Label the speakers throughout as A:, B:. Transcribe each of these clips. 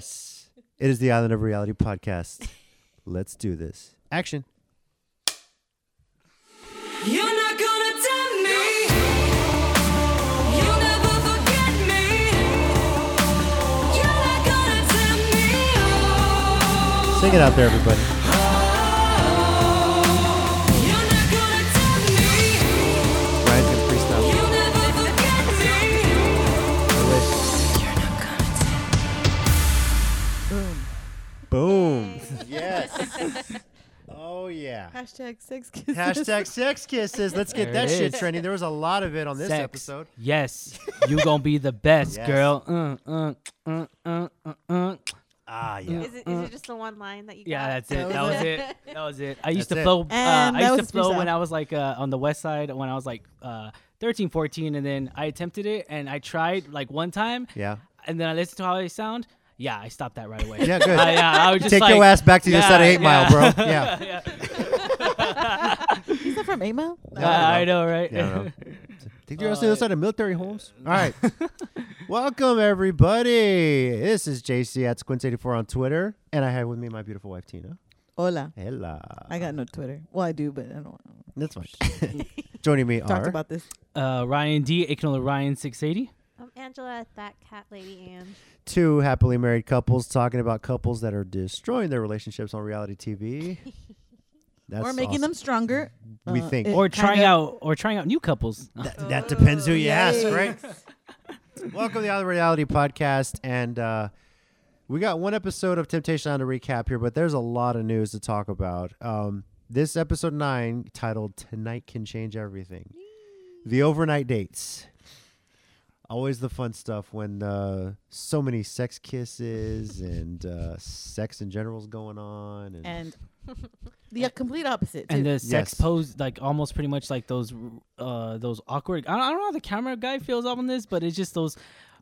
A: Yes, it is the Island of Reality podcast. Let's do this. Action.
B: You're not gonna tell me You'll never forget me You're not gonna tell me
A: Sing it out there, everybody.
B: You're not gonna tell me
A: Ryan's gonna freestyle.
B: You'll never forget me You're not gonna tell me
A: Boom. Yes. Oh yeah.
C: Hashtag sex kisses.
A: Hashtag sex kisses. Let's get
D: There
A: that
D: it
A: shit
D: is.
A: trending. There was a lot of it on this
D: Sex.
A: episode.
D: Yes, you gonna be the best,
A: Yes.
D: girl. Uh, uh, uh, uh, uh, uh.
A: Ah yeah.
E: Is it, is it just the one line that you
D: Yeah,
E: got?
D: that's it. Oh, That was it. That was it. I used
A: That's
D: to
A: it.
D: flow. Uh,
C: And
D: I
C: that
D: used to
C: was
D: flow when
C: freestyle.
D: I was like uh, on the west side when I was like uh, 13, 14, and then I attempted it and I tried like one time,
A: Yeah.
D: and then I listened to how I sound. Yeah, I stopped that right away.
A: Yeah, good.
D: I, yeah, I was just
A: Take
D: like,
A: your ass back to the
D: yeah,
A: other side of Eight Mile,
D: yeah.
A: bro. Yeah.
D: yeah.
C: Is that from Eight Mile?
A: No,
D: I, I
A: no.
D: know, right?
A: Yeah, I know. Think you're on the other side of military homes. All right. Welcome everybody. This is JC at Squint84 on Twitter, and I have with me my beautiful wife Tina.
C: Hola.
A: Hella.
C: I got no Twitter. Well, I do, but I don't want to
A: That's fine. Joining me
C: talk
A: are
C: about this.
D: uh, Ryan D, Ignore Ryan six eighty.
E: I'm Angela, that cat lady, and
A: two happily married couples talking about couples that are destroying their relationships on reality TV. That's
C: or making them
A: awesome.
C: stronger.
A: We think.
C: it
D: Or trying
C: kinda-
D: out or trying out new couples.
A: That, that depends who you ask,
C: yikes.
A: right? Welcome to the Other Reality Podcast, and uh, we got one episode of Temptation Island to recap here, but there's a lot of news to talk about. Um, this episode nine, titled "Tonight Can Change Everything," the overnight dates. Always the fun stuff when uh, so many sex kisses and uh, sex in general is going on. And,
C: And the complete opposite. Too.
D: and the sex
A: Yes.
D: pose like almost pretty much like those uh those awkward I don't, I don't know how the camera guy feels up on this but it's just those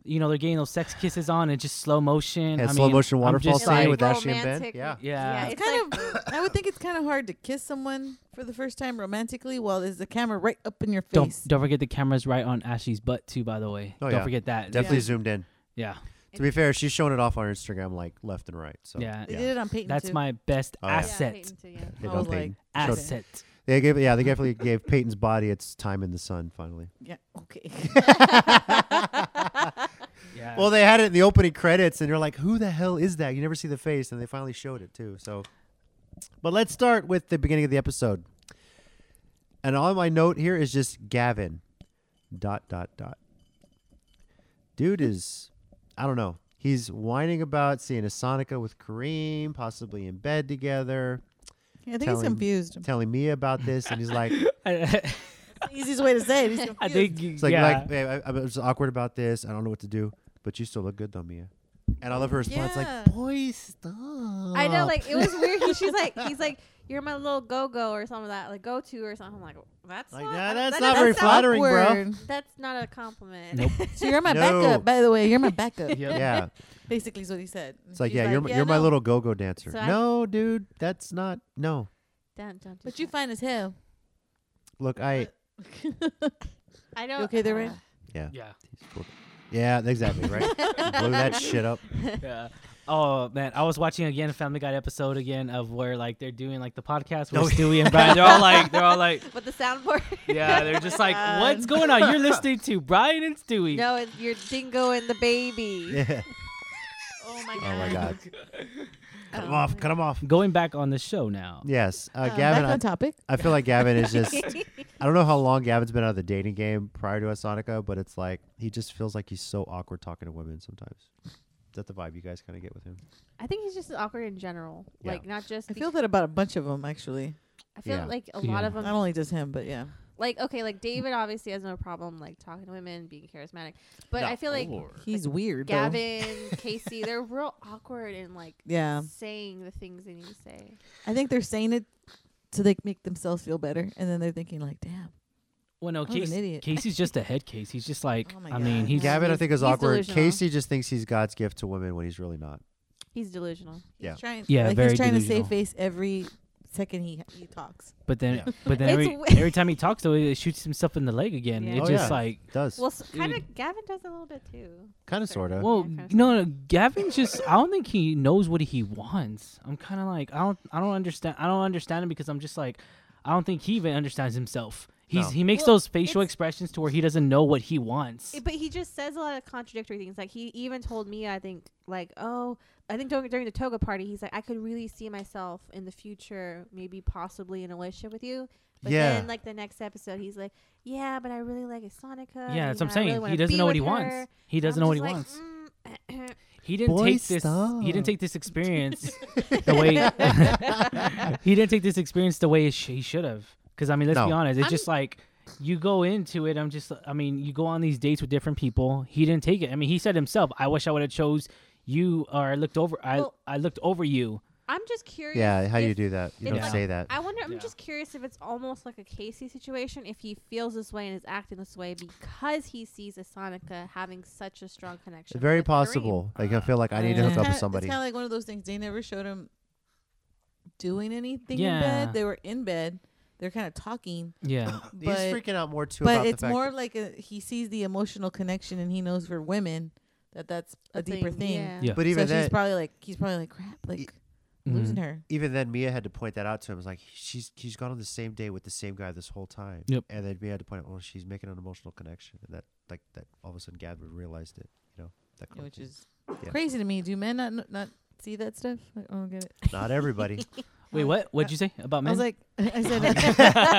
D: you know they're getting those sex kisses on and just slow motion
A: And
D: I
A: slow
D: mean,
A: motion
D: I'm
A: waterfall
D: just
A: scene
D: like-
A: with Ashley and Ben?
E: romantic-
A: Yeah.
D: Yeah.
E: it's
C: kind
E: kind like,
C: of, I would think it's kind of hard to kiss someone for the first time romantically while there's the camera right up in your face.
D: don't don't forget the camera's right on Ashley's butt too by the way
A: Oh,
D: don't
A: yeah.
D: forget that
A: definitely zoomed in.
D: yeah
A: To be fair, she's showing it off on her Instagram like left and right. So
D: Yeah.
C: They did it on Peyton.
D: that's
C: too.
D: my best
A: Oh, yeah. Yeah,
D: asset
E: Peyton too, yeah.
A: They
C: I
A: don't
C: was
A: think-
C: like,
A: showed-
C: okay.
D: asset
A: They gave yeah, they definitely gave Peyton's body its time in the sun finally.
C: Yeah. Okay.
D: yeah
A: Well, they had it in the opening credits and you're like, "Who the hell is that?" You never see the face and they finally showed it too. So But let's start with the beginning of the episode. And all my note here is just Gavin dot dot dot. Dude is I don't know. He's whining about seeing a Sonica with Kareem, possibly in bed together,
C: Yeah, I think
A: Telling-
C: he's confused.
A: telling me about this, and he's like,
D: I,
C: It's the easiest way to say it. He's confused.
D: think
A: It's like,
D: yeah.
A: like babe, I, I was awkward about this. I don't know what to do, but you still look good though, Mia. And I love her response,
C: Yeah.
A: like, boy, stop. I
E: I know, like it was weird. He, she's like, he's like, you're my little go go or something like that, like go to or something. I'm like, that's
A: Like,
E: not,
A: nah,
E: I-
A: that's
E: that
A: not
E: doesn't
A: very
C: That's
E: sound-
A: flattering, bro.
C: awkward.
E: That's not a compliment.
D: Nope.
C: So you're my
A: No.
C: backup, by the way. You're my backup.
D: Yeah.
A: yeah,
C: Basically, is what he said.
A: it's like,
C: She's
A: yeah, you're my- you're my
C: no,
A: little go-go dancer.
E: So I-
A: no, dude, that's not. No,
E: Don't, don't do
C: But you
E: that.
C: fine as hell.
A: look, I.
E: I uh, don't.
C: You okay there, Ray?
A: Yeah,
D: yeah
A: yeah, exactly right. Blew that shit up.
D: Yeah. Oh man, I was watching again a Family Guy episode again of where like they're doing like the podcast with
A: No.
D: Stewie and Brian. They're all like, they're all like,
E: But the soundboard.
D: yeah, they're just like,
F: Um,
D: what's going on? You're listening to Brian and Stewie.
E: no, it's your dingo and the baby.
A: Yeah.
C: Oh my
A: Oh my god. cut him
E: Oh
A: off. Cut him off.
D: Going back on the show now.
A: Yes, uh,
C: Back
A: Gavin. I,
C: on topic.
A: I feel like Gavin is just. I don't know how long Gavin's been out of the dating game prior to Asonica, but it's like he just feels like he's so awkward talking to women sometimes. Is that the vibe you guys kind of get with him?
E: I think he's just awkward in general.
A: Yeah.
E: Like not just.
C: I
E: the-
C: feel that about a bunch of them actually.
E: I feel
A: Yeah.
E: like a
D: Yeah.
E: lot of them
C: Not only just him, but yeah.
E: like okay like david obviously has no problem like talking to women being charismatic but i feel like
C: He's weird. though.
E: gavin casey they're real awkward in like
C: Yeah,
E: saying the things they need to say
C: I think they're saying it to like make themselves feel better, and then they're thinking like, "Damn,
D: Well, no,
C: I was an
D: Casey,
C: idiot.
D: Casey's just a head case. He's just like,
C: Oh my
D: I
C: God.
D: mean, he's
A: Gavin, I
E: he's-
A: think, is
E: he's
A: awkward.
E: delusional.
A: Casey just thinks he's God's gift to women when he's really not.
E: he's delusional
A: Yeah.
C: trying,
D: Yeah,
C: like
D: very
C: he's trying to
D: delusional.
C: save face every second he he talks.
D: But then, but then
E: It's
D: every,
E: w-
D: every time he talks, though, it shoots himself in the leg again.
E: Yeah.
D: It
A: Oh,
D: just
A: yeah.
D: like,
A: does
E: Well, kind of.
D: Dude.
E: Gavin does a little bit too.
A: kind of sorta.
D: well,
E: kinda
D: no, no, Gavin just, I don't think he knows what he wants. I'm kind of like, I don't, I don't understand. I don't understand him because I'm just like, I don't think he even understands himself. He's
A: No.
D: he makes
E: Well,
D: those facial
E: it's-
D: expressions to where he doesn't know what he wants.
E: Eh, But he just says a lot of contradictory things. Like he even told me, I think, like, oh, I think during, during the toga party, he's like, I could really see myself in the future, maybe possibly in a relationship with you. But
A: Yeah.
E: then, like the next episode, he's like, yeah, but I really like Sonica.
D: yeah, that's what I'm saying. he
E: he
D: doesn't know what he wants. He doesn't know what he wants.
E: "Mm,
D: he didn't
A: Boy,
D: take this he didn't take this experience the way he didn't take this experience the way it sh- he should have because i mean let's be
A: No.
D: honest it's
E: I'm-
D: just like you go into it i'm just i mean you go on these dates with different people he didn't take it i mean he said himself i wish i would have chose you or i looked over i
E: Well-
D: i looked over you
E: I'm just curious.
A: yeah, how you
E: if-
A: do that? You
E: if
A: don't
D: I-
A: say that.
E: I wonder. I'm
D: Yeah.
E: just curious if it's almost like a Casey situation. If he feels this way and is acting this way because he sees Asonica having such a strong connection.
A: Very
E: with Kareem.
A: possible. Like I feel like I need to
D: Yeah.
A: hook up
C: Kinda-
A: with somebody.
C: It's kind of like one of those things. They never showed him doing anything in
D: Yeah.
C: bed. They were in bed. They're kind of talking,
D: yeah
A: He's
C: but-
A: freaking out more too about
C: but
A: the
C: it's
A: fact
C: more like a, he sees the emotional connection, and he knows for women that that's a, deeper thing.
E: Yeah.
D: Yeah.
A: But even E-" Mm-hmm.
C: so she's
A: then,
C: probably like he's probably like crap, like
D: Mm-hmm.
C: losing her.
A: even then, Mia had to point that out to him. It's like she's she's gone on the same day with the same guy this whole time.
D: Yep.
A: And then Mia had to point out, well, she's making an emotional connection, and that like that all of a sudden Gavin realized it. You know that kind of
C: which
A: thing.
C: is
A: Yeah.
C: crazy to me. Do men not kn- not see that stuff? I don't get it.
A: not everybody.
D: wait what what'd you say about
C: I
D: men
C: was like, I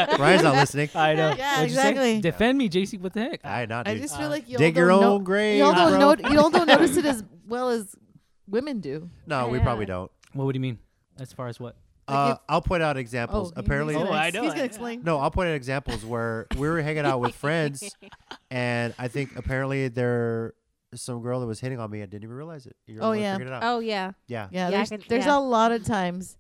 C: said,
A: Ryan's not listening.
D: i know
C: Yeah,
D: What'd you say?
C: exactly.
D: defend me jc what the heck
A: I not.
C: I
A: Dude.
C: just feel like y'all
A: Dig your
C: don't know-
A: own grave,
C: Y'all don't
A: bro.
C: know. Y'all don't notice it as well as women do.
A: No, we
E: Yeah.
A: probably don't.
D: what would you mean as far as what
A: Uh,
C: if-
A: I'll point out examples.
C: he-
A: Apparently,
C: he's gonna
D: Oh, I
C: ex-
D: know
C: He's
D: it,
C: gonna
D: yeah.
C: explain.
A: No, I'll point out examples where we were hanging out with friends, and I think apparently there some girl that was hitting on me. I didn't even realize it. You're the
C: Oh,
A: one that
C: yeah.
A: figured it out.
E: Oh yeah.
A: yeah.
C: Yeah,
E: Yeah, I
C: there's,
E: can-
C: there's
E: yeah.
C: a lot of times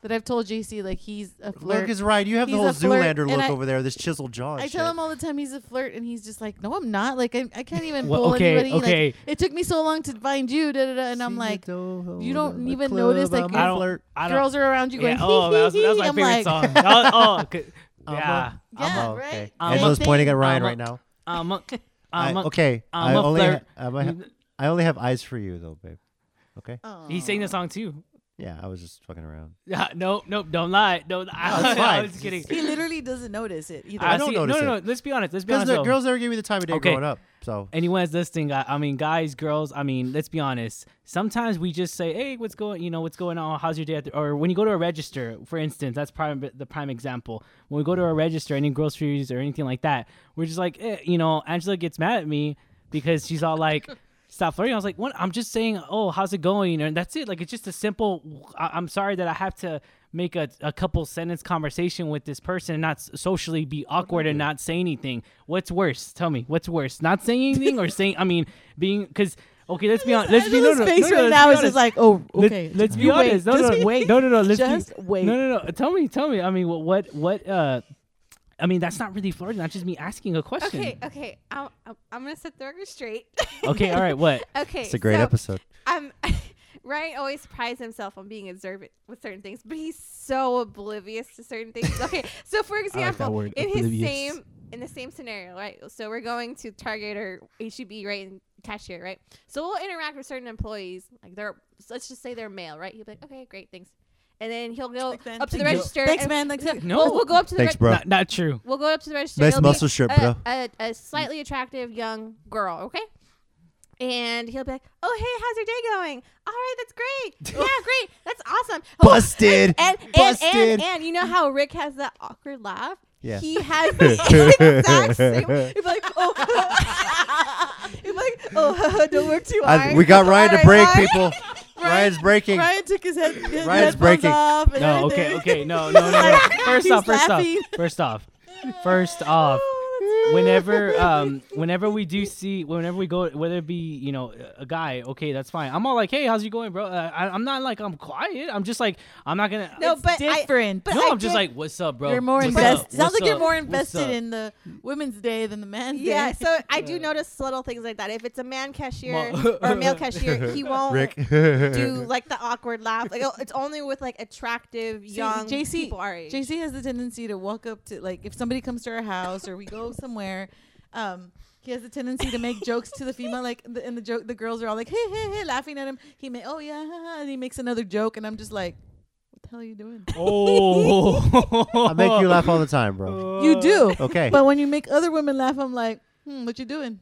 C: that I've told JC like he's a flirt.
A: Look is right. You have the
C: He's
A: whole
C: a flirt,
A: Zoolander
C: and
A: look
C: I-
A: over there. This chiseled jaw. and
C: I tell
A: shit.
C: him all the time he's a flirt, and he's just like, "No, I'm not. Like, I, I can't even
D: Well,
C: pull
D: okay,
C: anybody. Like,
D: okay.
C: it took me so long to find you." Da, da, da, and I'm like, you don't even notice, like,
A: I'm
C: I
A: a
D: don't-
A: flirt.
D: i don't
C: "Girls are around you going."
D: yeah, oh that was, that was my
C: I'm
D: favorite
C: like,
D: song Oh, That was-
A: Uh-huh.
D: oh 'cause-
A: I'm a-
D: yeah
A: I'm
C: Yeah,
A: a-
C: right.
A: okay.
D: I'm a-
A: Angela's pointing at Ryan
D: I'm a-
A: right now.
D: I'm a,
A: I,
D: I'm a,
A: okay,
D: I'm
A: I
D: a
A: only
D: flirt.
A: ha- I'm a- I only have eyes for you though, babe. Okay.
D: He sang the song too.
A: Yeah, I was just fucking around.
D: Yeah, nope, nope, don't lie. No, I,
A: it's
D: I
A: fine.
D: was kidding. Uh,
C: He literally doesn't notice it either.
A: I don't
D: see-
A: notice
D: No, no,
A: it.
D: no. Let's be honest. Let's be
A: Because
D: honest.
A: the
D: though.
A: girls never gave me the time of day
D: um, Okay.
A: growing up. So
D: Anyone that's listening, I, I mean, guys, girls. I mean, let's be honest. Sometimes we just say, "Hey, what's going? You know, what's going on? How's your day?" At the, or when you go to a register, for instance, that's prime the prime example. When we go to a register, any groceries or anything like that, we're just like, eh, you know, Angela gets mad at me because she's all like. Stop flirting. I was like, what? I'm just saying, oh, how's it going? And that's it. Like, it's just a simple, I- I'm sorry that I have to make a, a couple sentence conversation with this person and not s- socially be awkward and not say anything. What's worse? Tell me, what's worse? Not saying anything or saying, I mean, being, because, okay, let's be honest. Let's be, no,
C: Angela's
D: no, no,
C: face
D: no,
C: right
D: let's
C: now
D: be
C: is just
D: honest.
C: like, "Oh,
D: Let-
C: okay."
D: Let's be
C: You Wait,
D: honest. No,
C: just
D: no,
C: wait.
D: no, no, no. Let's
C: Just
D: be,
C: wait.
D: No, no, no. Tell me, tell me. I mean, what, what, what, uh, I mean, that's not really flirting. That's just me asking a question.
E: Okay. Okay. I'm, I'm, I'm gonna set the record straight.
D: Okay, all right, what?
E: okay.
A: it's a great
E: so,
A: episode.
E: Um, Ryan always prides himself on being observant with certain things, but he's so oblivious to certain things. Okay, so for
D: that
E: example,
D: word,
E: in his
D: oblivious.
E: same in the same scenario, right? So we're going to Target or HEB, right, and cashier, right? So we'll interact with certain employees, like they're so let's just say they're male, right? He'll be like, okay, great, thanks, and then he'll go
C: Thanks, man.
E: up to the
D: Thank you.
E: register.
C: Thanks,
E: and-
C: man. Like,
E: so
D: No.
E: we'll, we'll go up to the
A: Thanks,
E: reg-
A: bro.
D: Not, not true.
E: We'll go up to the register.
A: Nice
E: It'll be
A: muscle shirt,
E: a,
A: bro.
E: A, a slightly attractive young girl, okay? And he'll be like, "Oh, hey, how's your day going? All right, that's great. Yeah, great. That's awesome. Oh,
A: Busted.
E: And and,
A: Busted.
E: and and you know how Rick has that awkward laugh?
A: Yeah.
E: He has the exact same. He'd be like, "Oh, he'd be like, oh, don't work too hard."
A: I- we got Ryan
E: All
A: to
E: right,
A: break,
E: bye."
A: people. Ryan's breaking.
C: Ryan took his head. His
A: Ryan's
C: Ryan's
A: breaking.
C: breaking. Off and
D: No,
C: everything.
D: okay, okay, no, no, no. no. First
C: He's
D: off, first
C: laughing.
D: off, first off, first off, whenever um whenever we do see whenever we go whether it be you know a guy okay that's fine i'm all like hey how's you going bro uh, I, i'm not like i'm quiet i'm just like i'm not gonna
C: No,
D: no,
C: but
G: different.
C: I, but I
D: i'm just
C: get-
D: like what's up bro
C: you're more
D: What's up?
C: invested. Sounds
D: What's
C: like you're
D: up?
C: more
D: What's up?"
C: invested in the women's day than the man's
E: Yeah,
C: day.
E: so I do notice little things like that. If it's a man cashier
D: Mo-
E: or a male cashier, he won't
A: Rick.
E: do like the awkward laugh. Like, oh, it's only with like attractive
C: See,
E: young
C: JC
E: people our age.
C: JC has the tendency to walk up to like if somebody comes to our house or we go somewhere, um, he has the tendency to make jokes to the female like the, and the joke the girls are all like hey hey hey laughing at him. He may oh yeah ha, ha," and he makes another joke and I'm just like, what the hell are you doing?
D: oh
A: I make you laugh all the time, bro.
C: you do,
A: Okay.
C: but when you make other women laugh, I'm like, hmm, what you doing?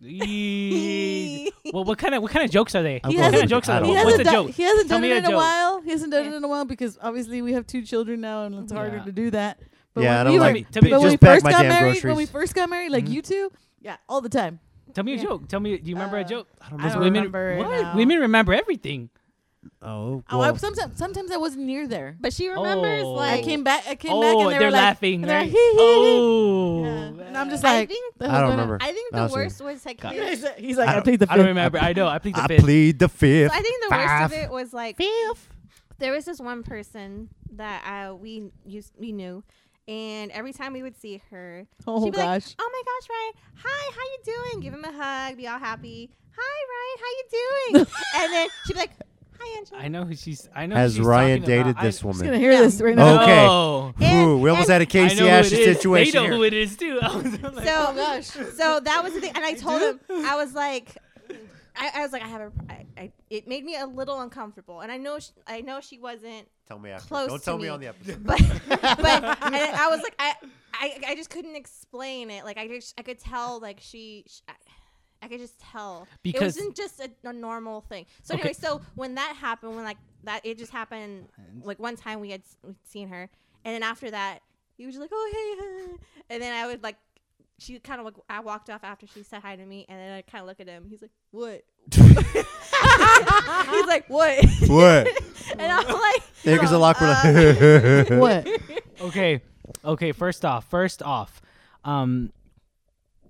D: Jeez. well, what kind of what kind of jokes are they?
A: I'm
D: What
C: He hasn't-
D: kind of jokes
A: I
D: are they?
A: don't
C: He
A: know.
D: What's a
C: hasn't, done,
D: joke?
C: he hasn't
D: Tell
C: done
D: me
C: it
D: a
C: in a
D: joke.
C: while. He hasn't done it
E: Yeah.
C: in a while because obviously we have two children now and it's harder
D: Yeah.
C: to do that.
A: yeah, I
C: when
A: don't
C: we
A: like.
C: were-
D: Tell me-
A: just
C: but when we
A: bag
C: first
A: my
C: got
A: damn
C: married,
A: groceries. Mm-hmm.
C: when we first got married, like you two, yeah, all the time.
D: Tell me a
C: Yeah.
D: joke. Tell me. Do you remember a
C: Uh,
D: joke?
A: I don't
C: I
A: know.
C: don't
D: women,
C: remember
D: what?
C: now.
D: Women remember everything.
A: Oh,
C: Oh,
A: well,
C: I, sometimes sometimes I wasn't near there.
E: but she remembers
D: Oh.
E: like
C: I came back. I came back,
D: oh,
C: and they
D: they're
C: were like,
D: laughing.
C: and they're
D: right?
C: like, "Hee, hee, hee."
D: oh,
C: Yeah. And I'm just
E: I
C: like, "Oh,
E: think-
C: "The
A: I
C: hell's
A: don't
C: going on?"
A: remember.
E: I think the
A: Honestly.
E: worst was like
D: God.
E: this.
C: He's like,
A: I
C: I,
A: don't-
C: played the
D: I don't
C: fifth."
D: remember. I know. I plead the
A: I
D: fifth.
A: plead the
E: So
A: fifth.
E: I think the worst
A: Five.
E: of it was like there was this one person that uh, we used we knew, and every time we would see her,
C: Oh,
E: she'd be
C: gosh.
E: like, "Oh my gosh, Ryan! Hi, how you doing? Give him a hug, be all happy. Hi, Ryan, how you doing?" and then she'd be like, "Hi, Angela."
D: I know who she's. I know. who
A: Has
D: she's
A: Ryan
D: talking about.
A: dated
D: I-
A: this
C: I'm just gonna
A: woman?
C: hear this right now.
A: Oh, Okay.
D: No.
E: And-
A: Ooh, we almost
E: and-
A: had a
D: I
A: Casey
D: know who it
A: Ashley
D: is.
A: situation
D: They know
A: here.
D: who it is too. I was like, "Oh
E: So,
C: gosh.
E: so that was the thing, and I told him I was like, I, I was like, I have a, I, I, it made me a little uncomfortable, and I know, she, I know she wasn't,
A: Tell me after.
E: Close
A: Don't
E: to
A: tell me
E: me.
A: on the episode.
E: but, but, and I was like, I, I, I just couldn't explain it. Like I just, I could tell, like she. sh I, I could just tell
D: Because-
E: it wasn't just a, a normal thing. So
D: Okay.
E: anyway, so when that happened, when like that, it just happened. Like one time we had s- we'd seen her, and then after that, he was just like, "Oh hey," huh." and then I would like she kind of like I walked off after she said hi to me, and then I kind of look at him. He's like, "What?" He's like, "What?"
A: What?
E: and I'm like, "Uh,
A: There goes a lock.
C: What?
D: okay, okay. First off, first off, um,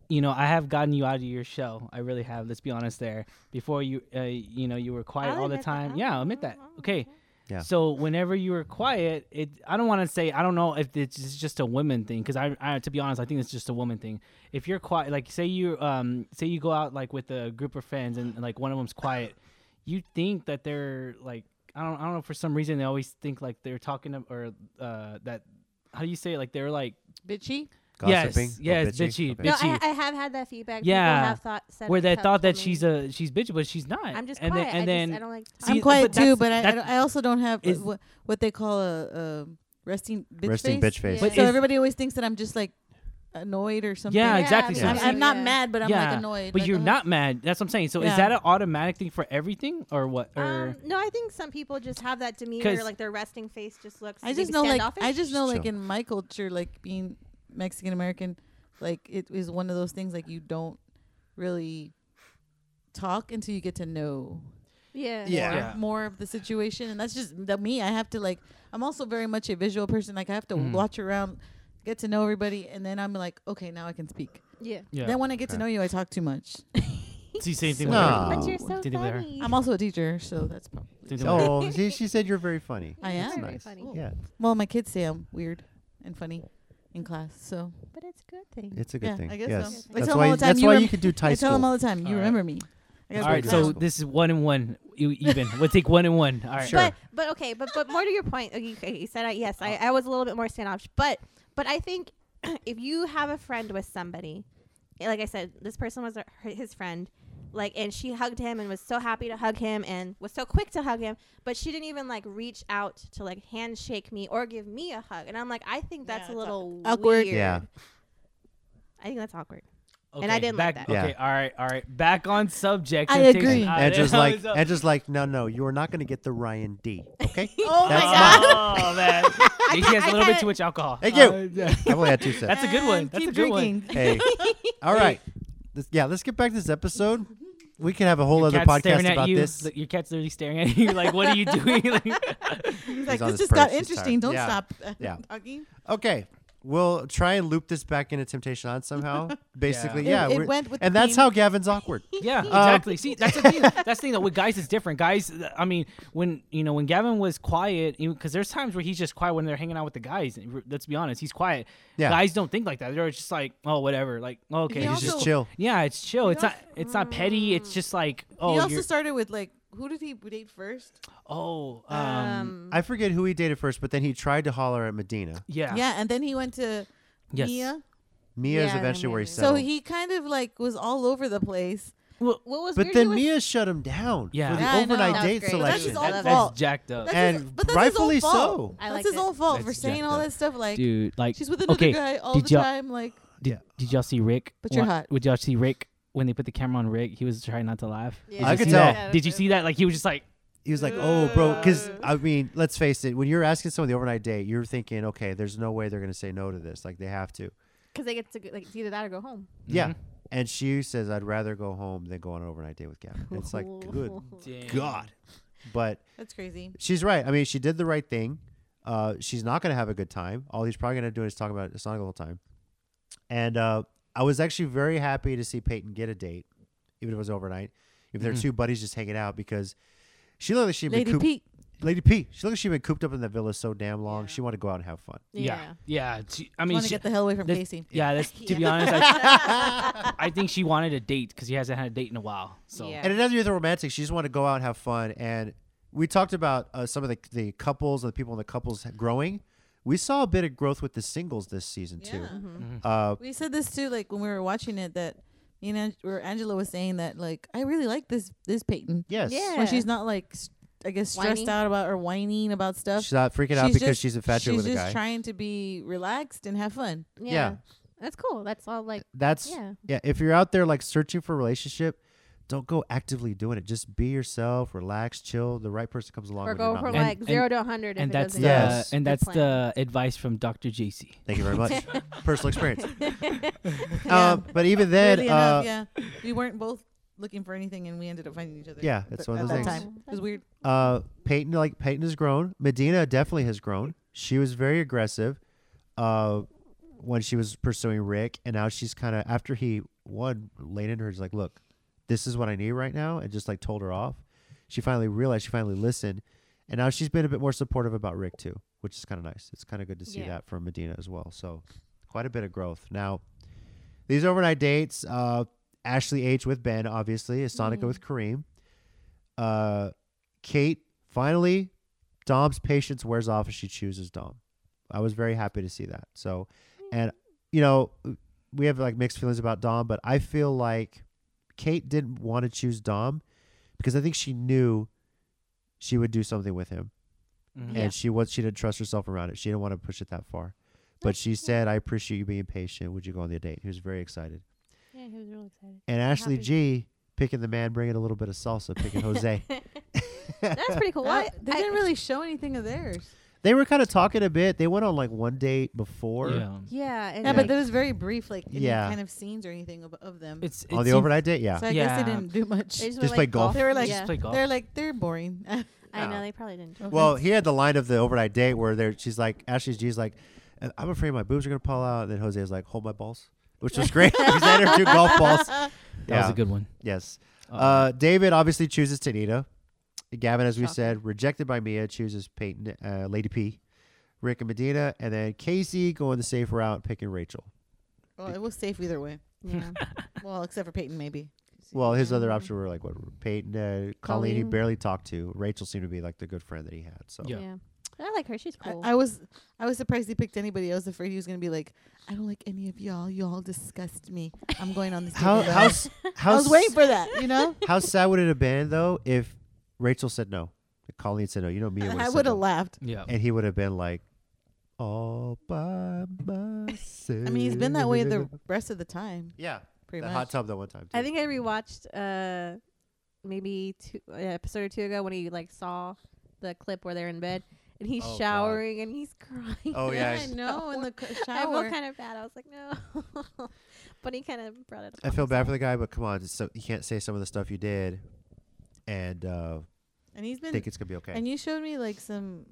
D: you know, I have gotten you out of your shell. I really have. Let's be honest. There, before you, uh, you know, you were quiet
E: I'll
D: all the
E: admit that.
D: time.
E: I'll-
D: Yeah, I'll admit that.
E: I'll- I'll
D: Okay.
A: Yeah.
D: So whenever you were quiet, it I don't want to say I don't know if it's just- just a woman thing because I, I to be honest I think it's just a woman thing. If you're quiet, like say you um say you go out like with a group of friends and like one of them's quiet, you think that they're like I don't I don't know for some reason they always think like they're talking ab- or uh that how do you say it? like they're like
C: Bitchy.
A: Gossiping?
D: Yes,
A: Oh,
D: yes,
A: bitchy?
D: bitchy,
A: Okay.
E: No,
D: bitchy.
E: I, I have had that feedback. People
D: Yeah.
E: have thought, said,
D: where they
E: have
D: thought that
E: told me,
D: she's a she's bitchy but she's not.
E: I'm just
D: and
E: quiet.
D: Then, and
E: I,
D: then
E: just, I don't like.
D: See,
C: I'm
E: talking."
C: quiet
D: but
C: too,
D: that's-
C: but I, I,
D: that-
C: don't- I also don't have uh,
D: is-
C: what, what they call a, a resting bitch
A: Resting
C: face.
A: bitch face.
E: Yeah.
C: So
D: is-
C: everybody always thinks that I'm just like annoyed or something.
D: yeah,
E: Yeah,
D: exactly.
E: I'm
D: So
C: I'm,
E: Yeah.
C: I'm not
E: Yeah.
C: mad, but I'm
D: yeah,
C: like annoyed.
D: But
C: like, uh-huh.
D: you're
C: "Ugh."
D: not mad. That's what I'm saying. So is
C: Yeah.
D: that an automatic thing for everything, or what? Or
E: Um, no, I think some people just have that demeanor,
D: 'Cause-
E: like their resting face just looks.
C: I
E: maybe
C: just know, like,
E: standoffish.
C: I just know, like,
A: Chill.
C: in my culture, like being Mexican American, like it is one of those things like you don't really talk until you get to know
E: yeah,
A: Yeah.
C: more, more of the situation, and that's just the me. I have to like, I'm also very much a visual person. Like, I have to
D: Mm.
C: watch around, get to know everybody, and then I'm like, okay, now I can speak.
E: yeah.
D: yeah.
C: Then when I get to know you, I talk too much.
D: See, same thing.
A: No.
E: But
D: With her.
E: you're so
D: Did you with her?
E: funny.
C: I'm also a teacher, so that's probably
D: Same thing with her.
A: Oh, she, she said you're very funny.
C: I
E: That's
C: am.
E: very
A: Nice.
E: funny,
A: Oh, Yeah,
C: Well, my kids say I'm weird and funny in class, so
E: but it's a good thing.
A: it's a good
C: Yeah,
A: thing.
C: I guess
A: yes,
C: so. I
A: that's
C: tell 'em
A: why.
C: all the time,
A: that's
C: you
A: why
C: rem-
A: you could do
C: I
A: Thai
C: tell them all
A: school.
C: the time, you
D: All right.
C: remember me. I
D: All
C: gotta
D: right,
C: put it
D: so
C: down.
A: down.
D: this is one and one. You even. we'll take one and one. All right.
A: Sure.
E: But but okay, but but more to your point, okay, okay, you said I, yes, I,
A: Oh.
E: I was a little bit more standoffish, but but I think if you have a friend with somebody, eh, like I said, this person was her, his friend, like and she hugged him and was so happy to hug him and was so quick to hug him, but she didn't even like reach out to like handshake me or give me a hug, and I'm like I think that's a
C: Yeah, it's
E: little
C: awkward.
E: weird.
A: Yeah,
E: I think that's awkward.
D: Okay,
E: and I didn't like
D: back,
E: that.
A: Yeah.
D: Okay. All right. All right. Back on subject.
C: I
D: temptation.
C: agree.
D: Ah,
A: and just
D: there
A: like
D: was a-
A: and just like no, no, you are not going to get the Ryan D. Okay,
C: Oh
A: That's
C: my
A: not-
C: god.
D: Oh man. Maybe she has a little bit too much alcohol.
A: thank you.
D: Uh, yeah.
A: I've only had two sets.
D: That's a good one.
C: And
D: That's
C: keep
D: a good one.
C: drinking.
A: Hey, all right. This, yeah, let's get back to this episode. We could have a whole other
D: Cat's staring
A: podcast
D: at
A: about
D: you.
A: this.
D: Look, Your cat's literally staring at you. Like, what are you doing? Like,
C: He's like,
A: on his
C: this
A: perch, he's
C: just got
A: tired."
C: interesting. Don't
A: Yeah.
C: stop uh,
A: Yeah.
C: talking.
A: Okay, we'll try and loop this back into Temptation Island somehow. Basically,
C: It-
A: yeah,
C: it
A: we're-
C: went with
A: and
C: the
A: that's
C: theme.
A: how Gavin's awkward.
D: Yeah, exactly. See, that's the thing. That's the thing though. With guys, it's different. Guys, th- I mean, when you know when Gavin was quiet, because there's times where he's just quiet when they're hanging out with the guys. and r- Let's be honest, he's quiet.
A: Yeah.
D: Guys don't think like that. They're just like, oh, whatever. Like, oh, okay,
C: He
A: He's
D: it's
A: just
C: also-
A: chill.
D: yeah, it's chill. It's
C: also-
D: not. It's not petty. It's just like, oh,
C: Mm. he also
D: you're,
C: started with like, who did he date first?
D: oh, um,
E: Um,
A: I forget who he dated first, but then he tried to holler at Medina.
D: yeah,
C: Yeah, and then he went to
D: yes.
C: Mia.
A: Mia is
E: Yeah,
A: eventually where he
E: Mia.
C: So
A: settled.
C: he kind of like was all over the place.
D: Well,
E: what was
A: but
E: weird, he
A: then
E: was-
A: Mia shut him down
D: Yeah.
A: for the
C: Yeah, I know.
A: overnight
C: That
E: was
A: date
E: great. But
C: that's
A: selection.
C: his own
E: I love
D: that's
C: fault.
D: jacked up,
C: That's his-
A: And
C: but that's his own
A: rightfully
C: fault.
A: so.
E: I
C: That's
E: liked
C: his
E: it.
C: own fault for
D: That's
C: saying
D: jacked
C: all
D: up.
C: that stuff. Like
D: dude. Like,
C: she's with another
D: okay,
C: guy all
D: did
C: the
D: y'all-
C: time. Like
D: Did, did y'all see Rick?
C: But you're
D: Wha-
C: hot.
D: Would y'all see Rick when they put the camera on Rick? He was trying not to laugh.
E: Yeah.
D: Did
A: I
D: you
A: could
D: see
A: tell.
D: that? Did you see that? Like he was just like,
A: He was like, "Oh, bro," because I mean, let's face it. When you're asking someone the overnight date, you're thinking, "Okay, there's no way they're gonna say no to this. Like they have to."
E: Because they get to go- like it's either that or go home.
A: Yeah. And she says, "I'd rather go home than go on an overnight date with Gavin." It's like, good
D: mm-hmm.
A: God. But
C: that's crazy.
A: she's right. I mean, she did the right thing. Uh, she's not going to have a good time. All he's probably going to do is talk about Sonic the whole time. And uh, I was actually very happy to see Peyton get a date, even if it was overnight. If their two buddies just hanging out, because she looked like she'd been
C: Lady
A: cooped,
C: Pete.
A: Lady P. She looked like she'd been cooped up in the villa so damn long. She wanted to go out and have fun.
D: Yeah. Yeah. She-
C: I
D: I mean,
C: want to
D: she-
C: get the hell away from
D: that's-
C: Casey.
D: yeah, that's, to be honest, I, I think she wanted a date because he hasn't had a date in a while. So,
E: Yeah.
A: And it doesn't even romantic. She just wanted to go out and have fun. And we talked about uh, some of the the couples, the people in the couples growing. We saw a bit of growth with the singles this season too.
C: Yeah.
E: Mm-hmm.
A: Uh,
C: We said this too, like when we were watching it, that you know, where Angela was saying that, like, I really like this this Peyton.
A: yes.
E: Yeah.
C: When she's not like, s- I guess, stressed
E: Whiny.
C: out about or whining about stuff.
A: She's not freaking out
C: She's
A: because
C: just-
A: she's infatuated
C: she's
A: with a
C: just
A: guy.
C: trying to be relaxed and have fun.
E: yeah,
A: Yeah.
E: That's cool. That's all like
A: That's yeah.
E: Yeah.
A: If you're out there like searching for a relationship, don't go actively doing it. Just be yourself, relax, chill. The right person comes along.
E: or
A: when you're
E: go
A: not
E: for
A: looking.
E: like
D: And-
E: zero to a hundred.
D: and
E: if
D: that's
E: it
D: the,
E: doesn't go.
A: Yes.
D: and
E: Good
D: that's
E: plan.
D: the advice from Dr. JC.
A: Thank you very much. Personal experience.
C: Yeah.
A: Um, but even then,
C: Weirdly
A: uh,
C: enough, yeah, we weren't both looking for anything, and we ended up finding each other.
A: Yeah, that's
C: th-
A: one of
C: at
A: those
C: that
A: things.
C: Time. It was weird.
A: uh Peyton like Peyton has grown. Medina definitely has grown. She was very aggressive uh when she was pursuing Rick and now she's kind of after he won laid into her she's like, "Look, this is what I need right now." And just like told her off. She finally realized, she finally listened, and now she's been a bit more supportive about Rick too, which is kind of nice. It's kind of good to see
E: Yeah.
A: that from Medina as well. So, quite a bit of growth. Now, these overnight dates, uh Ashley H with Ben obviously, Sonica with Kareem. Uh Kate, finally, Dom's patience wears off and she chooses Dom. I was very happy to see that. So, and, you know, we have like mixed feelings about Dom, but I feel like Kate didn't want to choose Dom because I think she knew she would do something with him.
D: Mhm.
E: Yeah.
A: And she was she didn't trust herself around it. She didn't want to push it that far. But she said, I appreciate you being patient. Would you go on the date? He was very excited.
E: Yeah, he was really excited.
A: And Ashley
E: Happy.
A: G picking the man, bringing a little bit of salsa, picking Jose.
E: That's pretty cool.
C: What?
E: What?
C: They didn't really show anything of theirs.
A: They were kind of talking a bit. They went on like one date before
D: Yeah.
E: yeah, and
C: Yeah,
E: like,
C: but there was very brief, like any
A: Yeah.
C: kind of scenes or anything of, of them.
D: It's, it
A: on Oh, the
D: seems-
A: overnight date. Yeah,
C: so I
D: Yeah.
C: guess they didn't do much.
E: they
A: Just
E: just, were,
A: play
E: like,
A: golf.
E: golf.
C: They were like-
E: yeah.
D: Just play golf.
C: They're like they're boring.
E: I
A: Yeah.
E: know they probably didn't.
A: Well, he had the line of the overnight date where there she's like Ashley G's like, "Uh, I'm afraid my boobs are gonna pop out, and then Jose is like, hold my balls, which was great. He's had her two golf balls. That
D: that was a good one. Um,
A: yes. Uh, David obviously chooses Tanita. Gavin, as we
E: Shocker.
A: said, rejected by Mia, chooses Peyton, uh, Lady P, Rick and Medina, and then Casey going the safe route, picking Rachel.
C: well, it was safe either way.
E: Yeah.
C: Well, except for Peyton, maybe.
A: Well, his other option were like what Peyton, uh, Colleen, he
E: Colleen.
A: barely talked to. Rachel seemed to be like the good friend that he had. So
D: Yeah.
E: yeah. I like her. She's cool.
C: I, I was I was surprised he picked anybody. I was afraid he was gonna be like, I don't like any of y'all. Y'all disgust me. I'm going on this. date
A: how
C: alone."
A: how s- how
C: I was
A: s-
C: waiting for that, you know.
A: How sad would it have been though if Rachel said no, if Colleen said no? You know, Mia would
C: I
A: have
C: would
A: said
C: have
A: no.
C: laughed.
D: Yeah.
A: and he would have been like, all by myself.
C: I mean, he's been that way the rest of the time,
A: yeah,
C: pretty
A: the
C: much.
A: hot tub that one time.
E: I
A: too.
E: think I rewatched uh maybe two uh, episode or two ago when he like saw the clip where they're in bed and he's
A: Oh, God.
E: showering and he's crying.
A: Oh, yeah,
C: I know. In the c-
E: I
C: shower,
E: felt kind of bad. I was like, no. but he kind of brought it up.
A: I feel bad for the guy, but come on, it's so you can't say some of the stuff you did, and uh,
C: and he's been.
A: think it's gonna be okay.
C: And you showed me like some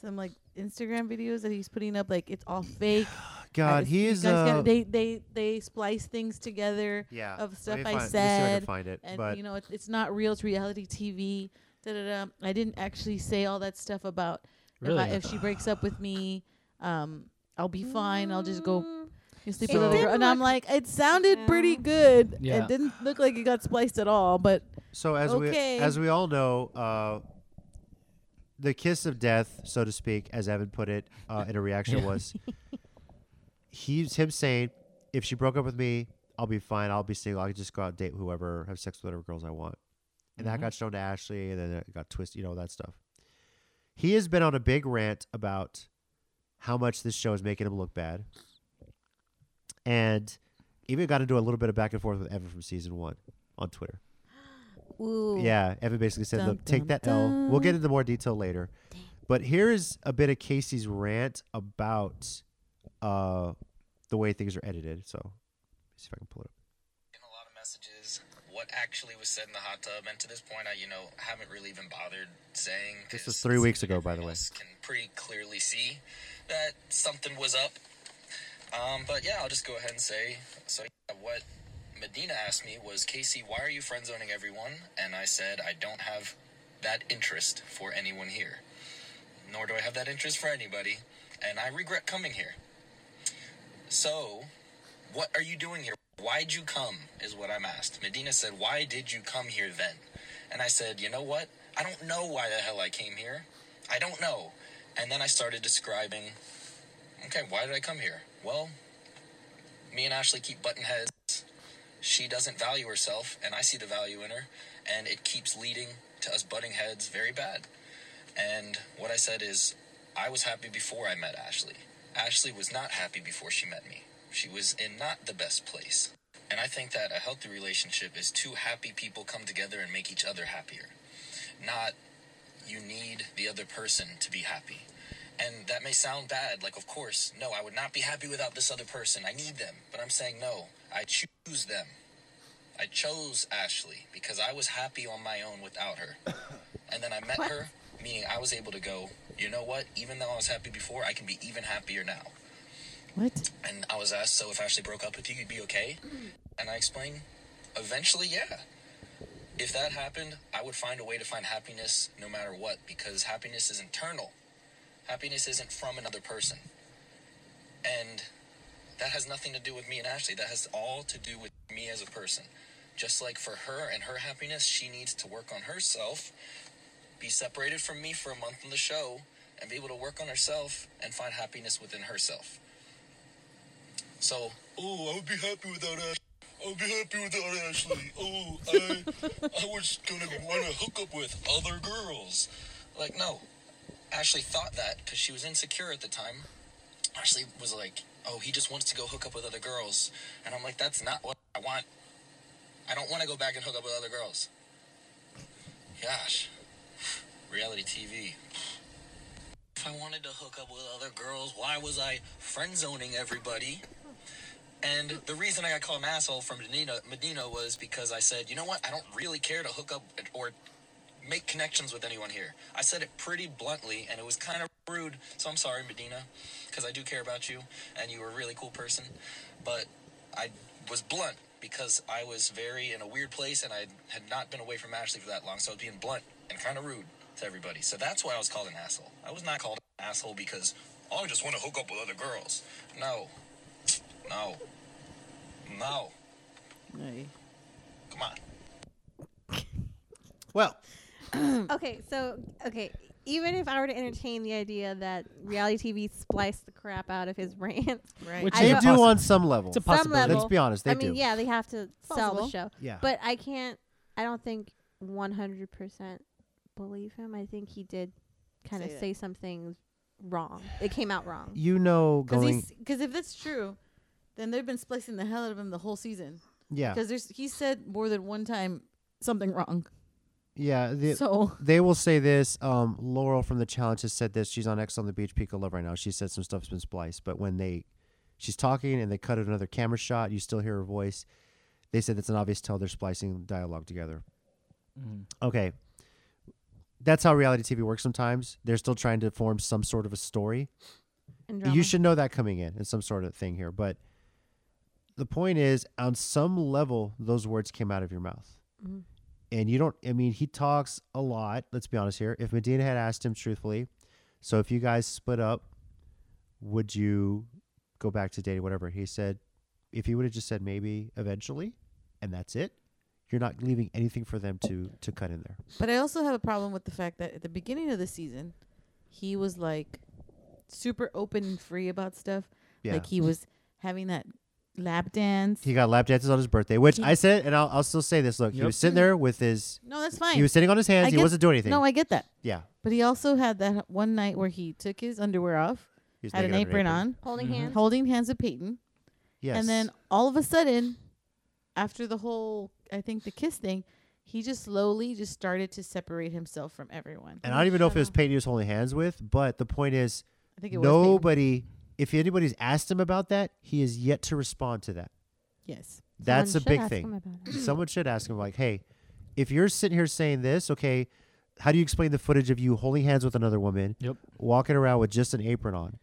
C: some like Instagram videos that he's putting up. Like it's all fake.
A: God,
C: Guys,
A: he
C: you
A: is.
C: guys gotta-
A: uh,
C: they they they splice things together.
A: yeah.
C: of
A: let
C: stuff
A: me
C: I
A: find- Let me see if I
C: said,
A: can find it.
C: and
A: but
C: you know it's, it's not real it's reality tv da, da, da. i didn't actually say all that stuff about if, I,
D: Really?
C: if she breaks up with me um i'll be fine i'll just go
E: Mm,
C: and sleep
A: It
C: with other
A: didn't
C: girl and i'm like it sounded pretty
E: Yeah.
C: good
D: Yeah.
C: it didn't look like it got spliced at all but
A: so as
C: okay.
A: we as we all know, uh, the kiss of death, so to speak, as Evan put it uh, in a reaction,
D: Yeah.
A: was he's him saying, "If she broke up with me, I'll be fine. I'll be single. I can just go out and date whoever, have sex with whatever girls I want." And that got shown to Ashley, and then it got twisted. You know that stuff. He has been on a big rant about how much this show is making him look bad, and even got into a little bit of back and forth with Evan from season one on Twitter. Yeah, Evan basically said,
C: Dun,
A: "Look, take
C: dun,
A: that L." We'll get
C: dun.
A: into more detail later, but here is a bit of Casey's rant about uh, the way things are edited. So, let's see if I can pull it up.
G: getting a lot of messages what actually was said in the hot tub and to this point i you know haven't really even bothered saying
A: This
G: 'cause
A: was three weeks ago, by the
G: everyone
A: way.
G: else can pretty clearly see that something was up um, but yeah i'll just go ahead and say so yeah, what medina asked me was casey why are you friend zoning everyone and i said i don't have that interest for anyone here nor do i have that interest for anybody and i regret coming here so what are you doing here? Why'd you come? Is what I'm asked. Medina said, Why did you come here then? And I said, You know what? I don't know why the hell I came here. I don't know. And then I started describing, Okay, why did I come here? Well, me and Ashley keep button heads. She doesn't value herself, and I see the value in her, and it keeps leading to us butting heads very bad. And what I said is, I was happy before I met Ashley. Ashley was not happy before she met me. She was in not the best place. And I think that a healthy relationship is two happy people come together and make each other happier. Not you need the other person to be happy. And that may sound bad, like, of course, no, I would not be happy without this other person. I need them. But I'm saying, no, I choose them. I chose Ashley because I was happy on my own without her. And then I met her, meaning I was able to go, you know what? Even though I was happy before, I can be even happier now.
C: what
G: And I was asked, so if Ashley broke up with you, you'd be okay? And I explained, eventually, yeah. If that happened, I would find a way to find happiness no matter what, because happiness is internal. Happiness isn't from another person. And that has nothing to do with me and Ashley. That has all to do with me as a person. Just like for her and her happiness, she needs to work on herself, be separated from me for a month on the show, and be able to work on herself and find happiness within herself. So, oh, I would be happy without Ashley. I would be happy without Ashley. Oh, I, I was gonna want to hook up with other girls. Like, no. Ashley thought that because she was insecure at the time. Ashley was like, oh, he just wants to go hook up with other girls. And I'm like, that's not what I want. I don't want to go back and hook up with other girls. Gosh. Reality TV. If I wanted to hook up with other girls, why was I friend zoning everybody? And the reason I got called an asshole from Medina, Medina was because I said, you know what? I don't really care to hook up or make connections with anyone here. I said it pretty bluntly, and it was kind of rude. So I'm sorry, Medina, because I do care about you, and you were a really cool person. But I was blunt because I was very in a weird place, and I had not been away from Ashley for that long. So I was being blunt and kind of rude to everybody. So that's why I was called an asshole. I was not called an asshole because oh, I just want to hook up with other girls. No, no, no.
C: Ay.
G: Come on.
A: Well,
E: Okay, so okay, even if I were to entertain the idea that reality TV spliced the crap out of his rant,
C: right
D: Which
E: I
A: they
E: don't-
A: do
D: Possible.
A: on some level.
D: It's a
E: some
D: possibility.
E: level.
A: Let's be honest, they
E: I mean,
A: do.
E: yeah, they have to sell
C: Possible.
E: the show.
A: Yeah.
E: But I can't. I don't think 100% believe him. I think he did kind of
C: Say that.
E: say something wrong. It came out wrong.
A: You know, going
C: because if that's true then they've been splicing the hell out of him the whole season
A: yeah,
C: because there's he said more than one time something wrong
A: yeah. The,
C: so
A: they will say this. Um, Laurel from the challenge has said this. She's on X on the Beach, Pico Love right now. She said some stuff's been spliced, but when they, she's talking and they cut it another camera shot, you still hear her voice. They said that's an obvious tell they're splicing dialogue together. Okay, that's how reality TV works sometimes. They're still trying to form some sort of a story.
E: And
A: You
E: drama.
A: should know that coming in, in some sort of thing here. But the point is, on some level, those words came out of your mouth.
E: Mhm.
A: And you don't, I mean, he talks a lot. Let's be honest here. If Medina had asked him truthfully, so if you guys split up, would you go back to dating, whatever? He said, if he would have just said maybe eventually, and that's it, you're not leaving anything for them to to cut in there.
C: But I also have a problem with the fact that at the beginning of the season, he was like super open and free about stuff.
A: Yeah.
C: Like he was having that lap dance.
A: He got lap dances on his birthday, which
C: He-
A: I said, and I'll, I'll still say this. Look, he
D: Yep.
A: was sitting there with his,
C: no, that's fine.
A: he was sitting on his hands.
C: I
A: he
C: get-
A: wasn't doing anything.
C: No, I get that.
A: yeah.
C: But he also had that one night where he took his underwear off,
A: He was
C: had an
A: naked under
C: apron
A: an
C: on,
E: holding
D: Mhm.
E: hands.
C: holding hands with Peyton,
A: Yes.
C: and then all of a sudden, after the whole, I think the kiss thing, he just slowly just started to separate himself from everyone.
A: and I don't even know if it was Peyton he was holding hands with, but the point is,
C: I think it was Peyton.
A: nobody, if anybody's asked him about that, he is yet to respond to that.
C: yes,
A: That's
E: Someone
A: a big
E: should ask
A: thing.
E: him about it.
A: someone should ask him like hey if you're sitting here saying this okay how do you explain the footage of you holding hands with another woman
D: Yep.
A: walking around with just an apron on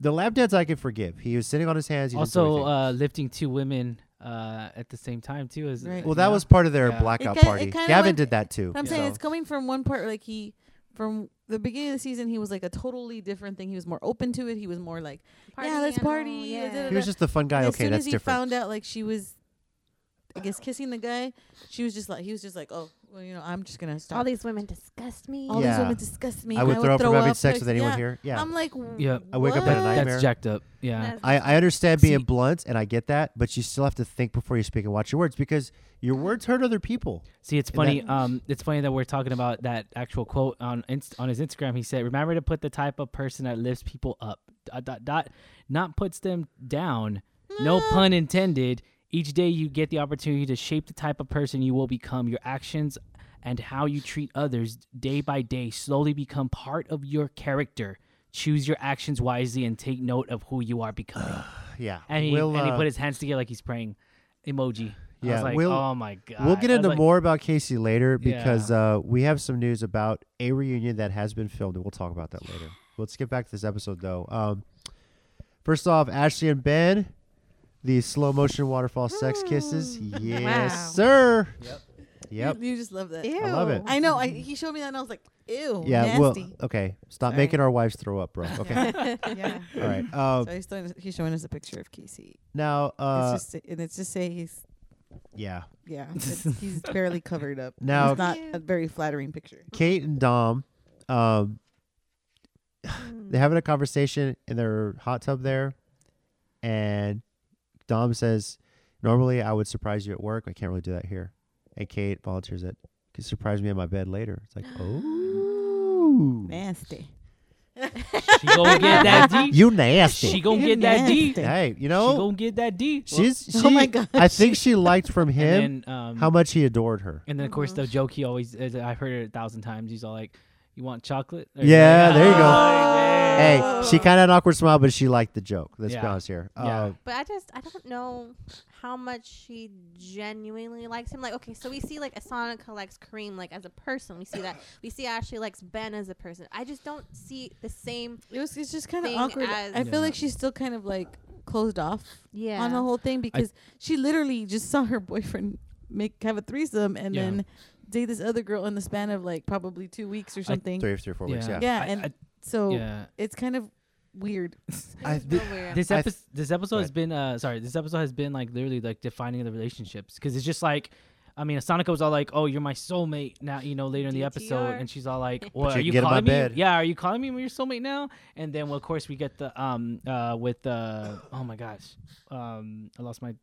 A: the lap dance i can forgive he was sitting on his hands he didn't do
D: also
A: anything.
D: uh, lifting two women uh, at the same time too is
C: Right.
A: well that was part of their
D: Yeah.
A: blackout
C: It ki- it
A: party
C: kinda
A: gavin
C: went-
A: did that too
C: but I'm saying
A: so-
C: it's coming from one part like he. From the beginning of the season, he was like a totally different thing. He was more open to it. He was more like, "Yeah, let's
E: animal,
C: party."
E: yeah.
C: da- da-
A: he was
C: da.
A: just the fun guy
C: And
A: okay
C: as soon
A: that's
C: as he
A: different
C: found out like she was I guess kissing the guy, she was just like he was just like, Oh, well, you know, I'm just gonna stop.
E: All these women disgust me.
C: All
A: Yeah.
C: these women disgust me.
A: i would throw up from having sex
C: like,
A: with anyone
C: yeah.
A: here yeah
C: I'm like
D: Yeah.
A: I wake up at
C: what?
A: night. nightmare.
D: that's jacked up. Yeah.
E: That's-
A: I, I understand being
D: See-
A: blunt and I get that, but you still have to think before you speak and watch your words because your words hurt other people.
D: See, it's
A: And
D: funny.
A: that-
D: um, it's funny that we're talking about that actual quote on inst- on his Instagram. He said, "Remember to put the type of person that lifts people up. Dot dot dot, not puts them down. No
A: Mm.
D: pun intended. Each day you get the opportunity to shape the type of person you will become. Your actions and how you treat others day by day slowly become part of your character. Choose your actions wisely and take note of who you are becoming."
A: Yeah.
D: and he
A: We'll,
D: and he
A: uh,
D: put his hands together like he's praying. Emoji. I
A: Yeah,
D: was like,
A: we'll-
D: oh my god.
A: We'll get
D: I was
A: into
D: like,
A: more about Casey later because uh, we have some news about a reunion that has been filmed, and we'll talk about that later. Let's get back to this episode though. Um, first off, Ashley and Ben, the slow motion waterfall sex kisses. Yes,
E: Wow.
A: sir. Yep.
C: You-
A: Yep.
C: You, just love that.
A: I love it.
C: I know. I, he showed me that and I was like, Ew,
A: Yeah. Well.
C: nasty.
A: Okay. Stop
C: Sorry.
A: making our wives throw up, bro. Okay.
C: yeah.
A: All right. Um,
C: So he's showing, us, he's showing us a picture of Casey.
A: now. Uh,
C: it's just and it's just say he's
A: yeah.
C: yeah, it's, he's barely covered up.
A: Now-
C: it's not a very flattering picture.
A: Kate and Dom, um, they're having a conversation in their hot tub there, and Dom says, "Normally, I would surprise you at work. I can't really do that here." And Kate volunteers it. "You surprise me in my bed later. It's like, oh,
C: Nasty.
D: She gonna get that D.
A: you nasty.
D: She gonna get that D. She
C: Nasty.
A: hey, you know,
D: gonna get that D.
A: she's. She,
C: Oh my gosh.
A: I think she liked from him
D: and then, um,
A: how much he adored her.
D: and then of course the joke he always is, I've heard it a thousand times. He's all like, "You want chocolate?" Or-
A: Yeah, there you go.
D: Oh,
A: Hey,
D: yeah.
A: she kind of had an awkward smile, but she liked the joke. Let's be
D: Yeah.
A: honest here.
D: Yeah.
A: Uh,
E: But I just I don't know how much she genuinely likes him. Like, okay, so we see like Asanika likes Kareem like as a person. We see that. We see Ashley likes Ben as a person. I just don't see the same.
C: It was it's just kind of
E: Thing
C: awkward.
E: as-
C: I feel like she's still kind of like closed off
E: Yeah.
C: on the whole thing because she literally just saw her boyfriend make have a threesome and
D: Yeah.
C: then date this other girl in the span of like probably two weeks or something.
A: three or three or four weeks.
D: "Oh, Yeah.
A: Yeah.
C: yeah,
D: I-
C: and oh.
D: I-
C: so
D: yeah.
C: it's kind of weird.
A: I-
E: It's real weird.
D: This,
A: I
D: epi- this episode
A: Go
D: has been uh sorry this episode has been like literally like defining the relationships because it's just like I mean Asanika was all like oh you're my soulmate now you know later in the episode
E: DTR.
D: and she's all like well
A: you
D: are
A: can
D: you
A: get in my
D: calling me
A: bed."
D: yeah are you calling me your soulmate now and then well, of course we get the um uh with uh oh my gosh um I lost my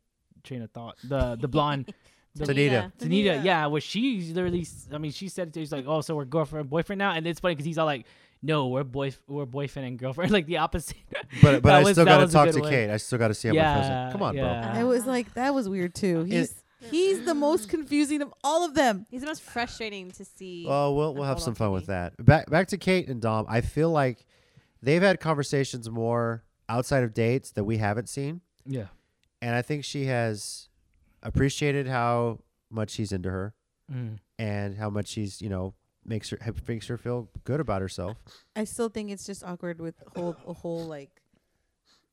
D: train of thought the the blonde the
A: Tanita.
D: Tanita, yeah, where she literally, s- I mean, she said it to, he's like, oh, so we're girlfriend and boyfriend now, and it's funny because he's all like, no, we're boy, we're boyfriend and girlfriend, like the opposite.
A: But but
D: That
A: I
D: was-
A: still
D: that
A: got to
D: was a
A: talk
D: good
A: to
D: way.
A: Kate. I still got to see how my cousin. Come on, bro.
C: I was like that was weird too. He's he's the most confusing of all of them.
E: He's the most frustrating to see.
A: Oh, we'll we'll have
E: Hold
A: some
E: on to
A: fun with
E: me.
A: that. Back back to Kate and Dom. I feel like they've had conversations more outside of dates that we haven't seen,
D: Yeah.
A: and I think she has appreciated how much he's into her
D: Mm.
A: and how much he's you know makes her makes her feel good about herself.
C: I still think it's just awkward with whole a whole like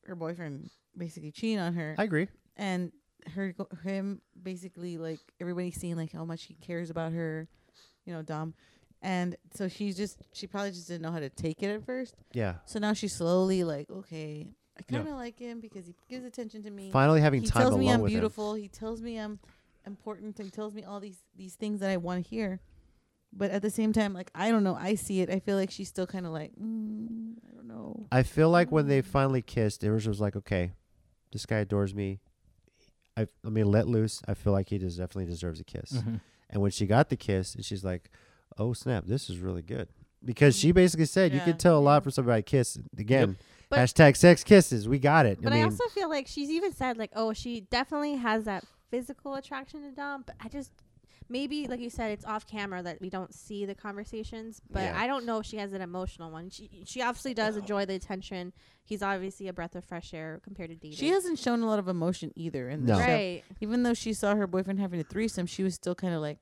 C: her boyfriend basically cheating on her
A: I agree.
C: and her go- him basically like everybody seeing like how much he cares about her, you know, Dom. And so she's just she probably just didn't know how to take it at first.
A: Yeah.
C: So now she's slowly like, okay, I
A: Yeah.
C: kind of like him because he gives attention to me.
A: Finally having
C: he
A: time
C: tells
A: alone
C: me I'm
A: with
C: beautiful. He tells me I'm important. He tells me all these these things that I want to hear. But at the same time, like I don't know, I see it. I feel like she's still kind of like, mm, I don't know.
A: him. I feel like when they finally kissed, it was, was like, okay, this guy adores me. I let me let loose. I feel like he des- definitely deserves a kiss. And when she got the kiss, and she's like, "Oh snap, this is really good," because she basically said you
C: Yeah.
A: can tell a lot from somebody kissing. Again,
E: But-
A: hashtag sex kisses. We got it.
E: But
A: I
E: I,
A: mean,
E: also feel like she's even said like, oh, she definitely has that physical attraction to Dom. But I just maybe like you said, it's off camera that we don't see the conversations. But
A: Yeah.
E: I don't know if she has an emotional one. She she obviously does enjoy the attention. He's obviously a breath of fresh air compared to dating.
C: She hasn't shown a lot of emotion either in the
A: No.
C: show.
E: right.
C: Even though she saw her boyfriend having a threesome, she was still kind of like,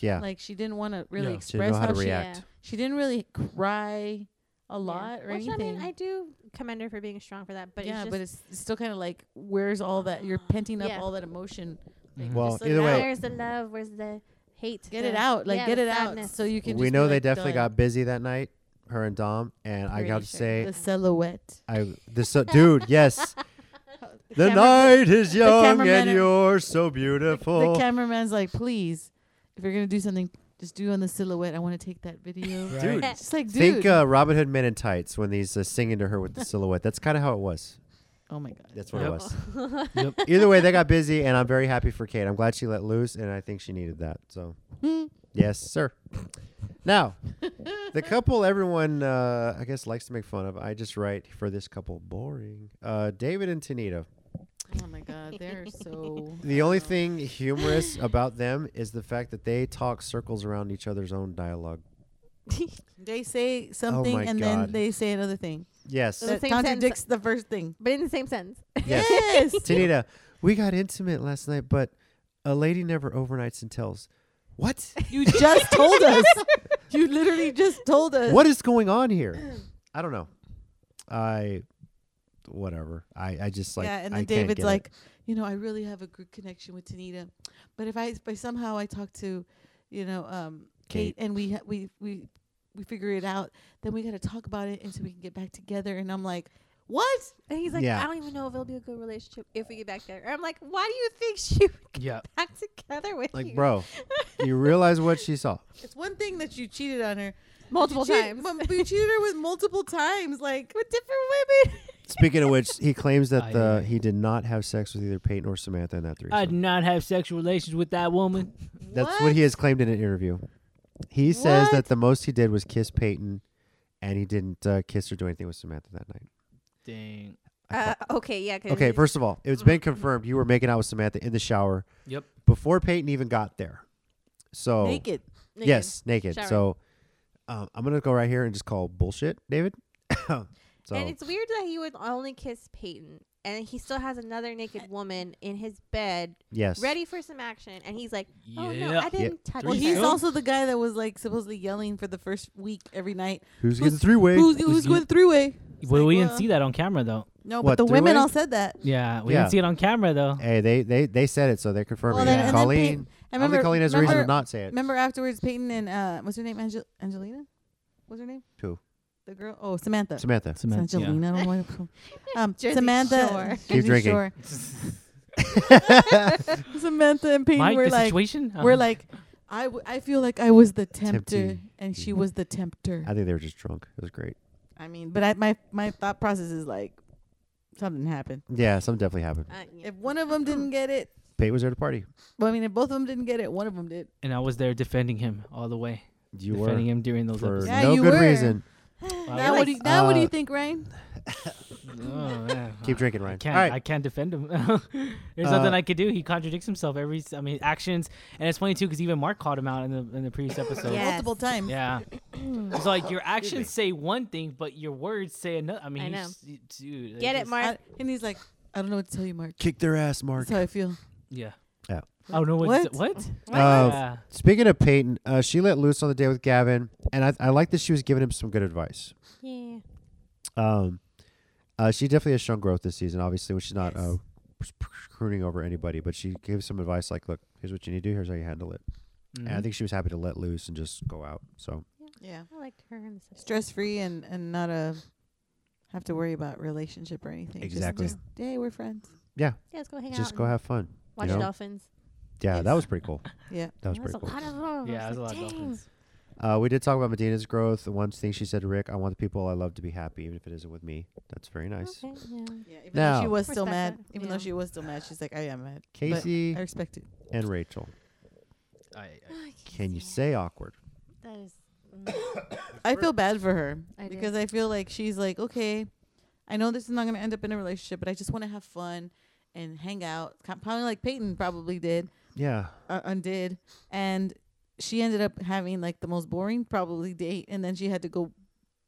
A: yeah,
C: like she didn't want to really
D: Yeah.
A: she didn't
C: express
A: know how to
C: she
A: react.
E: Yeah.
C: she didn't really cry a lot or
E: Which
C: anything.
E: I mean, I do commend her for being strong for that. But
C: yeah,
E: it's
C: but
E: just
C: it's, it's still kind of like, where's all that? You're penting up
E: Yeah.
C: all that emotion. Like,
A: Well,
C: just let
A: either
C: it
A: way-
C: out.
E: where's the love? Where's the hate?
C: get
E: the-
C: it out, like
E: yeah,
C: get
E: the
C: it out,
E: sadness.
C: so you can.
A: We
C: just
A: know
C: be
A: they
C: like,
A: definitely
C: done.
A: got busy that night, her and Dom. And I
E: Pretty
A: got to
E: sure.
A: say,
C: the silhouette.
A: I the so, dude, yes. The
C: camera-
A: night is young
C: cameraman
A: and
C: and-
A: you're so beautiful.
C: The cameraman's like, please, if you're gonna do something, just do on the silhouette. I want to take that video.
D: Right.
A: Dude,
C: It's like, dude.
A: think uh, Robin Hood Men in Tights when he's uh, singing to her with the silhouette. That's kind of how it was.
C: oh my god.
A: That's what it
D: Yep.
A: was.
D: Yep.
A: Either way, they got busy, and I'm very happy for Kate. I'm glad she let loose, and I think she needed that. So, yes, sir. Now, the couple everyone uh, I guess likes to make fun of. I just write for this couple boring. Uh, David and Tanita.
C: Oh my god. They're so.
A: The only thing humorous about them is the fact that they talk circles around each other's own dialogue.
C: They say something
A: Oh my
C: and
A: God.
C: then they say another thing
A: Yes.
E: The
C: that
E: same
C: contradicts the first thing.
E: But in the same sentence.
A: Yes.
C: Yes.
A: Tanita, we got intimate last night, but a lady never overnights and tells. What?
C: You just told us. You literally just told us.
A: what is going on here? I don't know. I whatever. I I just like
C: yeah, and
A: I
C: then
A: can't
C: David's
A: get it.
C: like, you know, I really have a good connection with Tanita, but if I by somehow I talk to, you know, um, Kate, and we ha- we we we figure it out, then we got to talk about it, and so we can get back together. And I'm like, what?
E: And he's like,
A: Yeah.
E: I don't even know if it'll be a good relationship if we get back together. I'm like, why do you think she would get
D: Yeah.
E: back together with you?
A: like bro, you realize what she saw.
C: It's one thing that you cheated on her
E: multiple
C: You cheat-
E: times
C: but you cheated her with multiple times. Like,
E: with different women.
A: Speaking of which, he claims that
D: Aye,
A: the
D: aye.
A: he did not have sex with either Peyton or Samantha in that
D: I
A: threesome.
D: did not have sexual relations with that woman.
A: That's what? he has claimed in an interview. He says that
C: What?
A: the most he did was kiss Peyton, and he didn't uh, kiss or do anything with Samantha that night.
D: Dang.
E: Uh, okay, yeah. 'cause
A: Okay,
E: it-
A: first of all, it's been confirmed you were making out with Samantha in the shower
D: Yep.
A: before Peyton even got there. So
C: naked.
E: naked.
A: Yes, naked.
E: Shower.
A: So um, I'm gonna go right here and just call bullshit, David. so
E: And it's weird that he would only kiss Peyton, and he still has another naked woman in his bed,
A: yes,
E: ready for some action, and he's like, "Oh no,
D: Yeah.
E: I didn't touch
C: Well,
E: her."
D: Well,
C: he's
D: he's
C: also the guy that was like supposedly yelling for the first week every night.
A: Who's
C: who's-
A: getting three way?
C: Who's, who's
D: you-
C: going three way?
D: Well,
C: like,
D: we didn't
C: well-
D: see that on camera though.
C: No,
A: What,
C: but the
A: three-way?
C: women all said that.
D: Yeah, we
A: Yeah.
D: didn't see it on camera though.
A: Hey, they they they said it, so they're confirming.
C: Well,
A: it.
C: then- and then
A: Colleen,
C: Peyton- I
A: I don't
C: remember-
A: think Colleen has a reason to
C: remember-
A: not say it.
C: Remember afterwards, Peyton and uh, what's her name? Angel- Angelina? What's her name?
A: Who?
C: The girl. Oh, Samantha.
A: Samantha.
D: Samantha, yeah.
C: Angelina. I don't want to. Um,
E: Jersey
C: Samantha.
E: Shore.
C: Jersey
A: Keep drinking.
C: Shore.
E: Uh,
C: Samantha and Peyton
D: Mike,
C: were
D: the
C: like,
D: situation. Uh,
C: we're like, I, w- I feel like I was the tempter
A: Temptee.
C: and she was the tempter.
A: I think they were just drunk. It was great.
C: I mean, but I, my my thought process is like, something happened.
A: Yeah, something definitely happened.
E: Uh, yeah.
C: If one of them didn't get it,
A: Peyton was there to party.
C: well, I mean, if both of them didn't get it, one of them did.
D: and I was there defending him all the way,
A: You
D: defending
A: were
D: him during those
A: for
D: episodes.
C: Yeah,
A: no
C: you
A: good
C: were.
A: reason.
D: I
C: now,
D: was.
C: what do you, now what do you
A: Uh,
C: think, Ryan?
D: Oh, man.
A: Keep drinking,
D: I
A: Ryan.
D: can't.
A: All right.
D: I can't defend him. There's
A: Uh,
D: nothing I could do. He contradicts himself every. s- I mean, actions, and it's funny too because even Mark called him out in the in the previous episode.
E: Yeah.
C: Multiple times.
D: Yeah. it's like your actions say one thing, but your words say another. I mean,
E: I
D: you
E: know.
D: s- you- dude. I
E: Get it,
D: just-
E: Mark?
C: I- and he's like, I don't know what to tell you, Mark.
A: Kick their ass, Mark.
C: That's how I feel.
D: Yeah.
A: Yeah.
D: Oh no! What's
C: What?
D: what?
A: Uh,
D: Yeah.
A: Speaking of Peyton, uh, she let loose on the day with Gavin, and I, I like that she was giving him some good advice.
E: Yeah.
A: Um, uh, she definitely has shown growth this season. Obviously, when she's not uh, crooning over anybody, but she gives some advice like, "Look, here's what you need to do. Here's how you handle it."
D: Mm-hmm.
A: And I think she was happy to let loose and just go out. So
C: Yeah.
E: I liked her in the
C: Stress free and and not a have to worry about relationship or anything. Just-
A: Exactly.
C: Just, hey, we're friends.
A: yeah,
E: Yeah, let's go hang out.
A: just go
E: and
A: have fun.
E: Watch
A: you know?
E: dolphins.
A: Yeah, that was pretty cool.
C: Yeah.
A: That was
E: There's
A: pretty cool.
E: a lot of them.
D: Yeah,
E: I
D: there's a lot
E: like,
D: of
E: "Dang."
D: dolphins.
A: Uh, we did talk about Medina's growth. The One thing she said to Rick, "I want the people I love to be happy, even if it isn't with me." That's very nice.
E: Okay, yeah.
C: Yeah.
A: though
C: Even though
A: she
C: she
A: Now-
C: was
E: still
C: still
E: mad-
C: mad, even
E: yeah.
C: though she was still mad, she's like, I am mad. But
A: Casey
C: I respect it.
A: and Rachel,
D: I, I,
E: Oh,
A: can you say awkward?
E: That is.
C: I feel bad for her
E: I do.
C: because I feel like she's like, okay, I know this is not going to end up in a relationship, but I just want to have fun and hang out. Ki- Probably like Peyton probably did,
A: Yeah,
C: uh, undid, and she ended up having like the most boring probably date, and then she had to go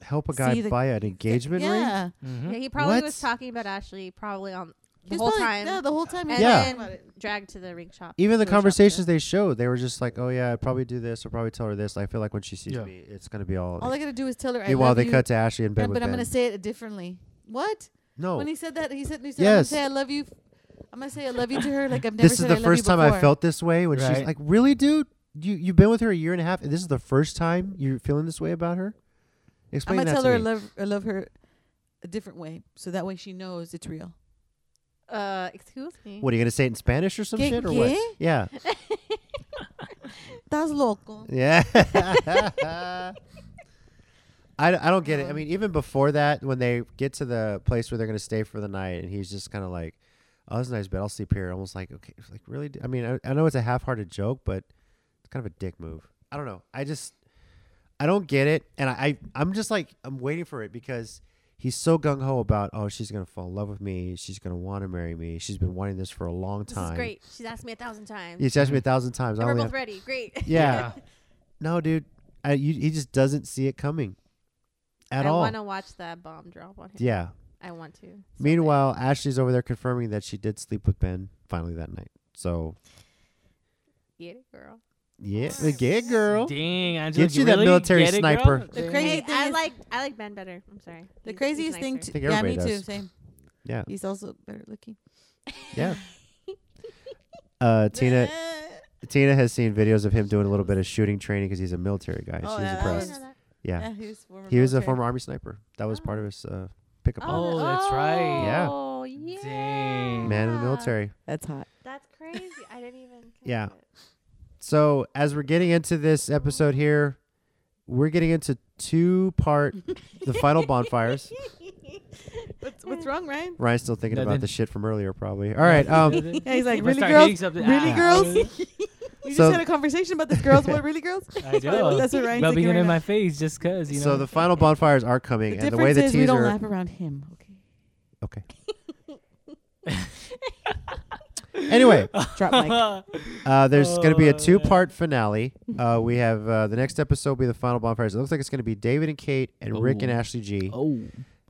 A: help a
C: See
A: guy
C: the-
A: buy an engagement ring.
C: yeah.
D: Mhm.
A: Mm-hmm.
E: Yeah, he probably
A: What?
E: was talking about Ashley probably on
C: He
E: the
C: was
E: whole
C: probably-
E: time.
C: Yeah, the whole time. he
E: and
C: was
A: Yeah.
C: talking about
E: then
C: it.
E: dragged to the ring shop.
A: even the
E: to shop there.
A: conversations they showed, they were just like, "Oh yeah, I'd probably do this. I'll probably tell her this." I feel like when she sees
D: Yeah.
A: me, it's gonna be all.
C: All I gotta do is tell her. I
A: Meanwhile,
C: love
A: they
C: you,
A: cut to Ashley and
C: but
A: Ben.
C: I'm
A: with Ben.
C: gonna say it differently. What?
A: no,
C: When he said that, he said, he said
A: Oh. Yes.
C: "I'm gonna say I love you." I'm gonna say I love you to her like I've never.
A: this is
C: said
A: the
C: I love you
A: first time I
C: before."
A: felt this way. When she's
D: Right.
A: like, "Really, dude? You you've been with her a year and a half, and this is the first time you're feeling this way about her?"
C: I'm
A: Explain
C: gonna
A: that
C: tell
A: to
C: her I
A: me.
C: love I love her a different way, so that way she knows it's real.
E: Uh, excuse me.
A: What are you gonna say it in Spanish or some
C: ¿Qué-
A: shit or
C: qué?
A: what? Yeah,
C: That's loco.
A: yeah. I, I don't get it. I mean, even before that, when they get to the place where they're gonna stay for the night, and he's just kind of like, "Oh, that's a nice bed. I'll sleep here." Almost like, okay, it's like really? I mean, I, I know it's a half-hearted joke, but it's kind of a dick move. I don't know. I just, I don't get it, and I, I I'm just like, I'm waiting for it because he's so gung ho about, oh, she's gonna fall in love with me. She's gonna want to marry me. She's been wanting this for a long
E: This
A: time.
E: is great. She's asked me a thousand times.
A: He's asked me a thousand times. I
E: And we're
A: only
E: both
A: have-
E: ready. Great.
A: yeah. No, dude. I, you, he just doesn't see it coming at
E: I
A: all.
E: want to watch that bomb drop on him.
A: yeah.
E: I want to. so bad.
A: Meanwhile, Ashley's over there confirming that she did sleep with Ben finally that night. So,
E: Get it, girl.
A: yeah. Yeah, girl.
D: Dang, Angela,
A: Get you that
D: really
A: military
D: get it,
A: sniper.
D: girl?
C: The
D: Dang.
C: crazy-
E: Hey,
C: thing
E: I
C: is-
E: like I like Ben better. I'm sorry.
C: The
E: He's- he's
C: craziest thing,
E: nicer.
A: think
C: to, yeah, me
A: everybody
C: too.
A: does.
C: Same.
A: Yeah.
C: He's also better looking.
A: Yeah. Uh, Tina Tina has seen videos of him doing a little bit of shooting training because he's a military guy.
C: Oh,
A: She's
C: yeah, that
E: Oh, you
A: impressed.
E: know that.
A: yeah.
C: Yeah, he was former.
A: He was a
C: military.
A: former army sniper. That was part of his uh, pickup line.
D: Oh, that's right.
A: Yeah.
E: Oh, yeah.
D: Dang.
A: Man in the military.
C: That's hot.
E: That's crazy. I didn't even. catch
A: Yeah.
E: it.
A: So, as we're getting into this episode here, we're getting into two part the final bonfires.
C: What's, what's wrong, Ryan?
A: Ryan's still thinking about
D: Nothing.
A: the shit from earlier, probably. All right. Um,
C: Yeah, he's like,
D: If I
C: really
D: start
C: girls,
D: hitting something-
C: really
D: Ah.
C: girls. We
A: So-
C: just had a conversation about this girls. What really girls?
D: I
C: Well,
D: do.
C: that's what Ryan's
D: Rubbing
C: thinking
D: it
C: right
D: in
C: now.
D: my face just cause you know.
A: so the final bonfires are
C: The
A: coming, and
C: difference
A: the way the
C: is we don't
A: teaser.
C: laugh around him. Okay.
A: Okay. anyway,
C: Drop mic.
A: uh, there's going to be a
D: Oh, man.
A: two-part finale. Uh, we have uh, the next episode will be the final bonfires. It looks like it's going to be David and Kate and Rick and
D: Ooh.
A: Ashley G.
D: oh,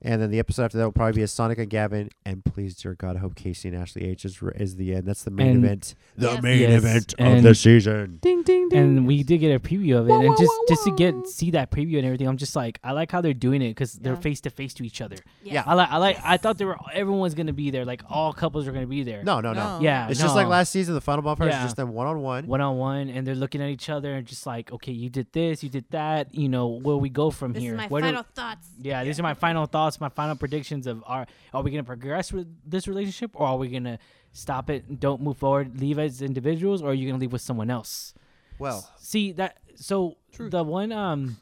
A: And then the episode after that will probably be a Sonic and Gavin. And please, dear God, I hope Casey and Ashley H is, is the end. That's the main
D: And-
A: event. The
E: Yes.
A: main
D: Yes,
A: event of
D: and-
A: the season.
C: ding ding ding.
D: and we did get a preview of it, and just just to get see that preview and everything, I'm just like, I like how they're doing it because they're
E: Yeah.
D: face to face to each other.
A: Yeah.
D: I like, I like, I thought there were everyone's gonna be there, like all couples are gonna be there.
A: No, no, no.
C: No.
D: yeah,
A: It's just like
D: no.
A: last season. The final bonfires is
D: Yeah.
A: just them one on one.
D: one on one, and they're looking at each other and just like, okay, you did this, you did that, you know, where we go from
E: This
D: here?
E: is my
D: Where do-
E: final thoughts.
D: yeah, these are my final thoughts, my final predictions of are are we gonna progress with this relationship or are we gonna stop it, and don't move forward, leave as individuals, or are you gonna leave with someone else?
A: Well,
D: See that so the one um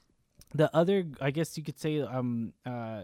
D: the other I guess you could say um uh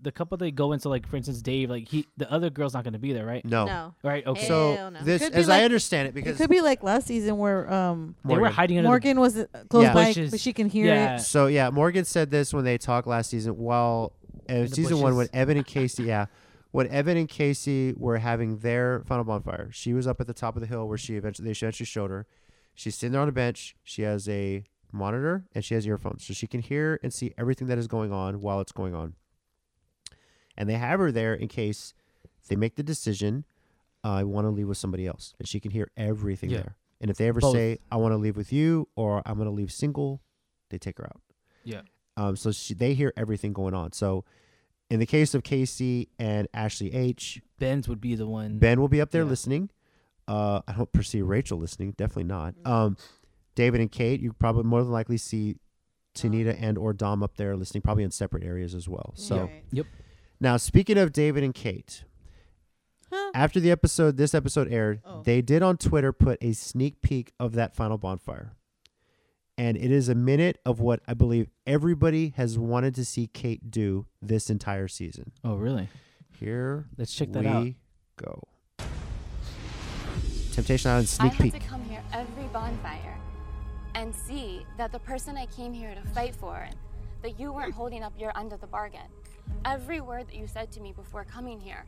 D: the couple they go into like for instance Dave like he the other girl's not gonna be there right
A: no.
E: No.
D: right okay
A: So
E: Hell no.
A: this,
C: Could be
A: as I
C: like-
A: understand it,
C: It
A: because
C: could be like last season where um
D: they were
A: Morgan.
D: hiding under the-
C: Morgan was uh, close
A: Yeah.
C: by,
D: Bushes.
C: but she can hear
D: Yeah.
C: it.
A: so yeah, Morgan said this when they talked last season. While uh,
D: the
A: season one, when
D: bushes.
A: Evan and Casey, yeah, when Evan and Casey were having their final bonfire, she was up at the top of the hill where she eventually they eventually showed her. She's sitting there on a bench. She has a monitor and she has earphones, so she can hear and see everything that is going on while it's going on. And they have her there in case they make the decision I want to leave with somebody else, and she can hear everything
D: Yeah.
A: there. And if they ever
D: Both.
A: say, "I want to leave with you," or "I'm going to leave single," they take her out.
D: Yeah.
A: Um. So she, they hear everything going on. So, in the case of Casey and Ashley H,
D: Ben's would be the one.
A: Ben will be up there
D: Yeah.
A: listening. Uh, I don't perceive Rachel listening. Definitely not. Um, David and Kate, you probably more than likely see Tanita and or Dom up there listening, probably in separate areas as well. So
C: Right.
D: Yep.
A: now, speaking of David and Kate,
C: Huh?
A: after the episode, this episode aired,
C: Oh.
A: they did on Twitter put a sneak peek of that final bonfire, and it is a minute of what I believe everybody has wanted to see Kate do this entire season.
D: Oh, really?
A: Here
D: Let's check that
A: we
D: out.
A: go. Temptation Island
H: I
A: sneak
H: had
A: peek.
H: to come here every bonfire and see that the person I came here to fight for, that you weren't holding up your end of the bargain. Every word that you said to me before coming here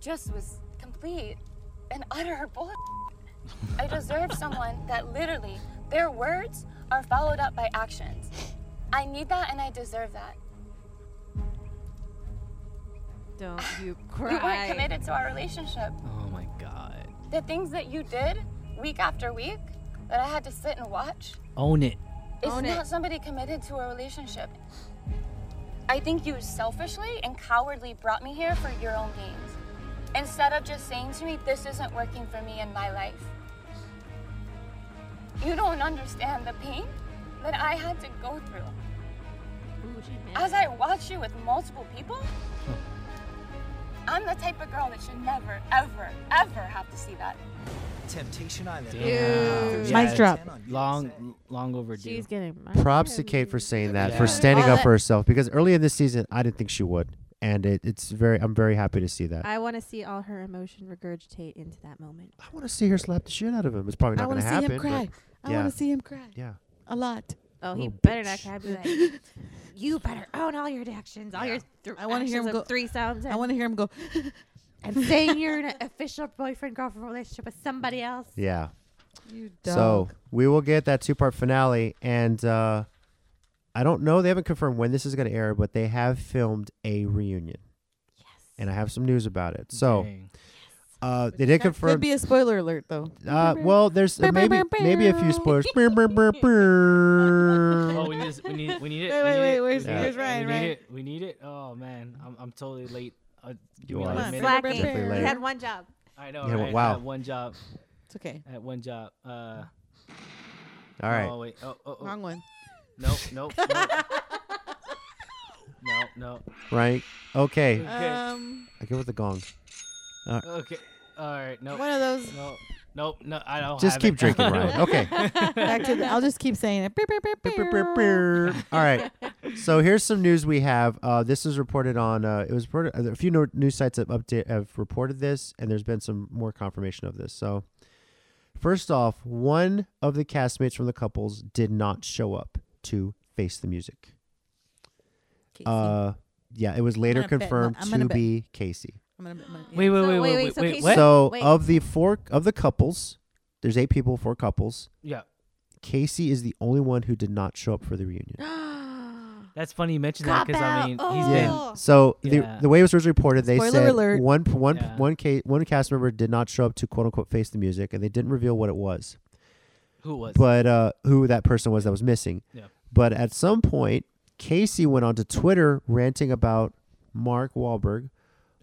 H: just was complete and utter bull. I deserve someone that literally their words are followed up by actions. I need that and I deserve that.
E: Don't you
H: We weren't
E: cry.
H: committed to our relationship.
D: Oh my god.
H: The things that you did week after week that I had to sit and watch.
D: Own it.
H: It's
E: Own
H: not
E: it.
H: somebody committed to a relationship. I think you selfishly and cowardly brought me here for your own gains. Instead of just saying to me, this isn't working for me in my life. You don't understand the pain that I had to go through.
E: Ooh, she meant
H: As
E: it.
H: I watch you with multiple people, I'm the type of girl that should never, ever, ever have to see that.
I: Temptation Island.
D: Damn.
C: Mic
D: Yeah,
C: drop.
D: Long, long overdue.
E: She's getting mad.
A: Props to Kate for saying that,
D: Yeah.
A: for standing
E: All
A: up
E: that-
A: for herself, because early in this season, I didn't think she would, and it, it's very. I'm very happy to see that. I,
E: I want to see all her emotion regurgitate into that moment.
A: want to see her slap the shit out of him. It's probably
C: I
A: not
C: want
A: going to
C: to see
A: happen.
C: him
A: but
C: cry. I
A: yeah.
C: want to see him cry
A: Yeah.
C: a lot.
E: Oh, he
A: Little
E: better not
A: bitch.
E: cry. I'd be like, you better own all your actions, all your. Th-
C: I wanna hear him
E: actions of
C: go-
E: three sounds.
C: I want to hear him go.
E: and saying you're in an official boyfriend girlfriend relationship with somebody
A: Mm.
E: else.
A: Yeah.
C: You
A: So
C: dog.
A: we will get that two part finale, and uh, I don't know. They haven't confirmed when this is going to air, but they have filmed a reunion. Yes. And I have some news about it. So
D: Dang.
A: uh, they did
C: That
A: confirm.
C: could be a spoiler alert though.
A: Uh, well, there's uh,
C: Brr, brr,
A: maybe
C: brr,
A: maybe a few spoilers. Brr, brr, brr, brr.
D: Oh, we need, this- we need, we need it.
C: Wait,
D: we
C: wait,
D: need
C: wait,
D: It.
C: where's-
D: we need
C: where's
D: it,
C: Ryan,
D: We need
C: Ryan?
D: it. We need it. Oh man, I'm, I'm totally late. Uh,
A: You
D: give me
A: are.
D: like
A: Come
D: a
A: on,
D: minute.
A: Definitely
E: Slacking.
A: later.
E: You had one job.
D: I know.
A: Yeah,
D: right?
A: wow.
D: At one job.
C: It's okay.
D: At one job. Uh,
A: All right.
D: Oh wait. Oh, oh, oh.
C: Wrong one.
D: Nope. Nope. nope. no. No.
A: Right. Okay.
D: Okay.
C: Um,
A: I go with the gong.
D: okay. All right. Nope.
C: one of those.
D: No. Nope. No. I don't.
A: Just
D: have
A: keep
D: it.
A: drinking, Ryan. Okay.
C: Back to the, I'll just keep saying it. Brr, brr, brr,
A: Brr,
C: brr.
A: brr, brr. All right. So here's some news we have. Uh, this is reported on. Uh, it was reported. A few no- news sites have update have reported this, and there's been some more confirmation of this. So, first off, one of the castmates from the couples did not show up to face the music.
C: Casey.
A: Uh, yeah, it was later
C: gonna bet-
A: confirmed
C: I'm
A: to
C: gonna bet.
A: be Casey.
C: I'm gonna, I'm gonna, yeah.
D: Wait. Wait.
E: So,
D: Wait.
E: wait, wait,
D: Wait. Wait.
E: so
D: Wait.
E: Casey-
D: what?
A: So
E: Wait.
A: of the four of the couples, there's eight people, four couples.
D: Yeah.
A: Casey is the only one who did not show up for the reunion.
D: That's funny you mentioned that because I
E: Cop
D: mean
E: out.
D: he's
E: Yeah.
D: been.
E: Oh.
A: So
D: Yeah.
A: the the way it was originally reported, they
C: Spoiler
A: said
C: alert.
A: one one
D: Yeah.
A: one ca- one cast member did not show up to quote unquote face the music, and they didn't reveal what it was,
D: Who was?
A: but uh, who that person was that was missing.
D: Yeah.
A: But at some point, Casey went onto Twitter ranting about Mark Wahlberg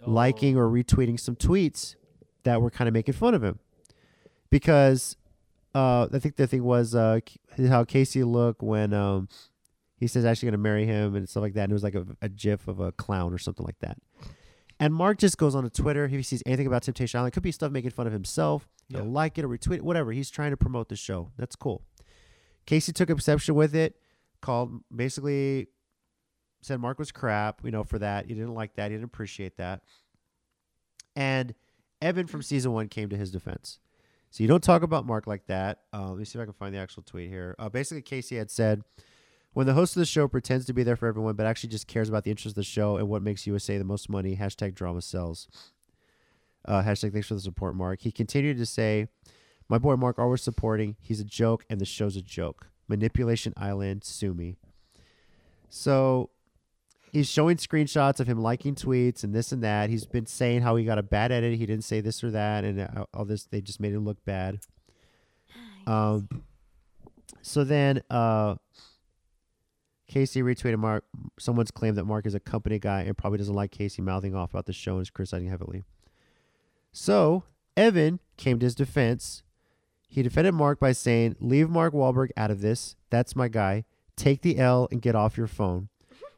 D: Oh,
A: liking or retweeting some tweets that were kind of making fun of him because uh, I think the thing was uh, K- how Casey looked when um, he says actually going to marry him and stuff like that. And it was like a, a gif of a clown or something like that. And Mark just goes on to Twitter. If he sees anything about Temptation Island, it could be stuff making fun of himself.
D: Yeah.
A: He'll like it or retweet it, whatever. He's trying to promote the show. That's cool. Casey took exception with it, called basically said Mark was crap, you know, for that. He didn't like that. He didn't appreciate that. And Evan from season one came to his defense. So you don't talk about Mark like that. Uh, let me see if I can find the actual tweet here. Uh, basically, Casey had said, "When the host of the show pretends to be there for everyone, but actually just cares about the interest of the show and what makes USA the most money." Hashtag drama sells. Uh, hashtag thanks for the support, Mark. He continued to say, "My boy Mark always supporting. He's a joke, and the show's a joke. Manipulation Island, sue me." So he's showing screenshots of him liking tweets and this and that. He's been saying how he got a bad edit. He didn't say this or that, and uh, all this. They just made him look bad. Um. So then, uh, Casey retweeted Mark. Someone's claim that Mark is a company guy and probably doesn't like Casey mouthing off about the show and is criticizing heavily. So Evan came to his defense. He defended Mark by saying, "Leave Mark Wahlberg out of this. That's my guy. Take the L and get off your phone.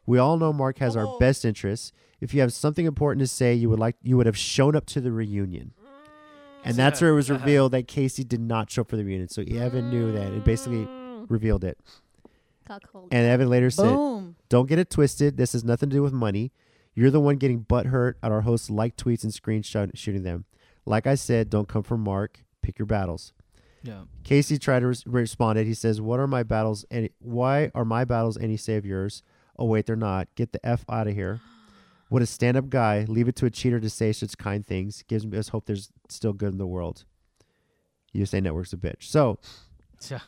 A: We all know Mark has our best interests. If you have something important to say, you would like you would have shown up to the reunion." And that's where it was revealed that Casey did not show up for the reunion. So Evan knew that and basically revealed it.
E: Got cold.
A: And Evan later said,
C: Boom.
A: don't get it twisted. This has nothing to do with money. You're the one getting butt hurt at our hosts' like tweets and screenshot shooting them. Like I said, don't come from Mark. Pick your battles.
D: Yeah.
A: Casey tried to res- respond. He says, "What are my battles? Any? Why are my battles any save yours? Oh wait, they're not. Get the f out of here. What a stand-up guy. Leave it to a cheater to say such kind things. Gives us hope there's still good in the world." USA Network's a bitch. So
D: So-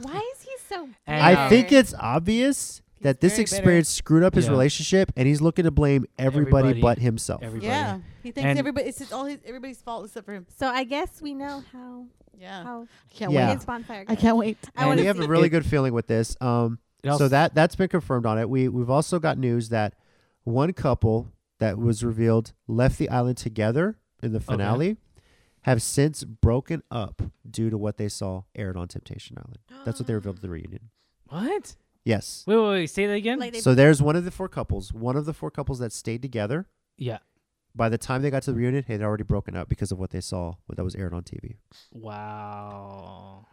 E: Why is he so?
D: And,
A: I
D: um,
A: think it's obvious that this
C: uh, very bitter.
A: experience screwed up his
D: Yeah.
A: relationship, and he's looking to blame everybody,
D: Everybody.
A: but himself.
D: everybody.
C: Yeah. He thinks
D: And-
C: everybody. It's just all his, everybody's fault except for him.
E: So I guess we know how
C: Yeah.
E: how
C: I can't
A: Yeah.
C: wait.
E: his bonfire.
C: I
E: Goes.
C: can't wait. I
D: And
C: want
A: we
C: to.
A: have a really good feeling with this. Um,
D: It also-
A: so that that's been confirmed on it. We we've also got news that one couple that was revealed left the island together in the finale have since broken up due to what they saw aired on Temptation Island. That's
C: Ah.
A: what they revealed at the reunion.
D: What?
A: Yes.
D: Wait, wait, wait. Say that again.
E: Like they
A: So there's one of the four couples. One of the four couples that stayed together.
D: yeah.
A: By the time they got to the reunion, they had already broken up because of what they saw what- that was aired on TV.
D: Wow.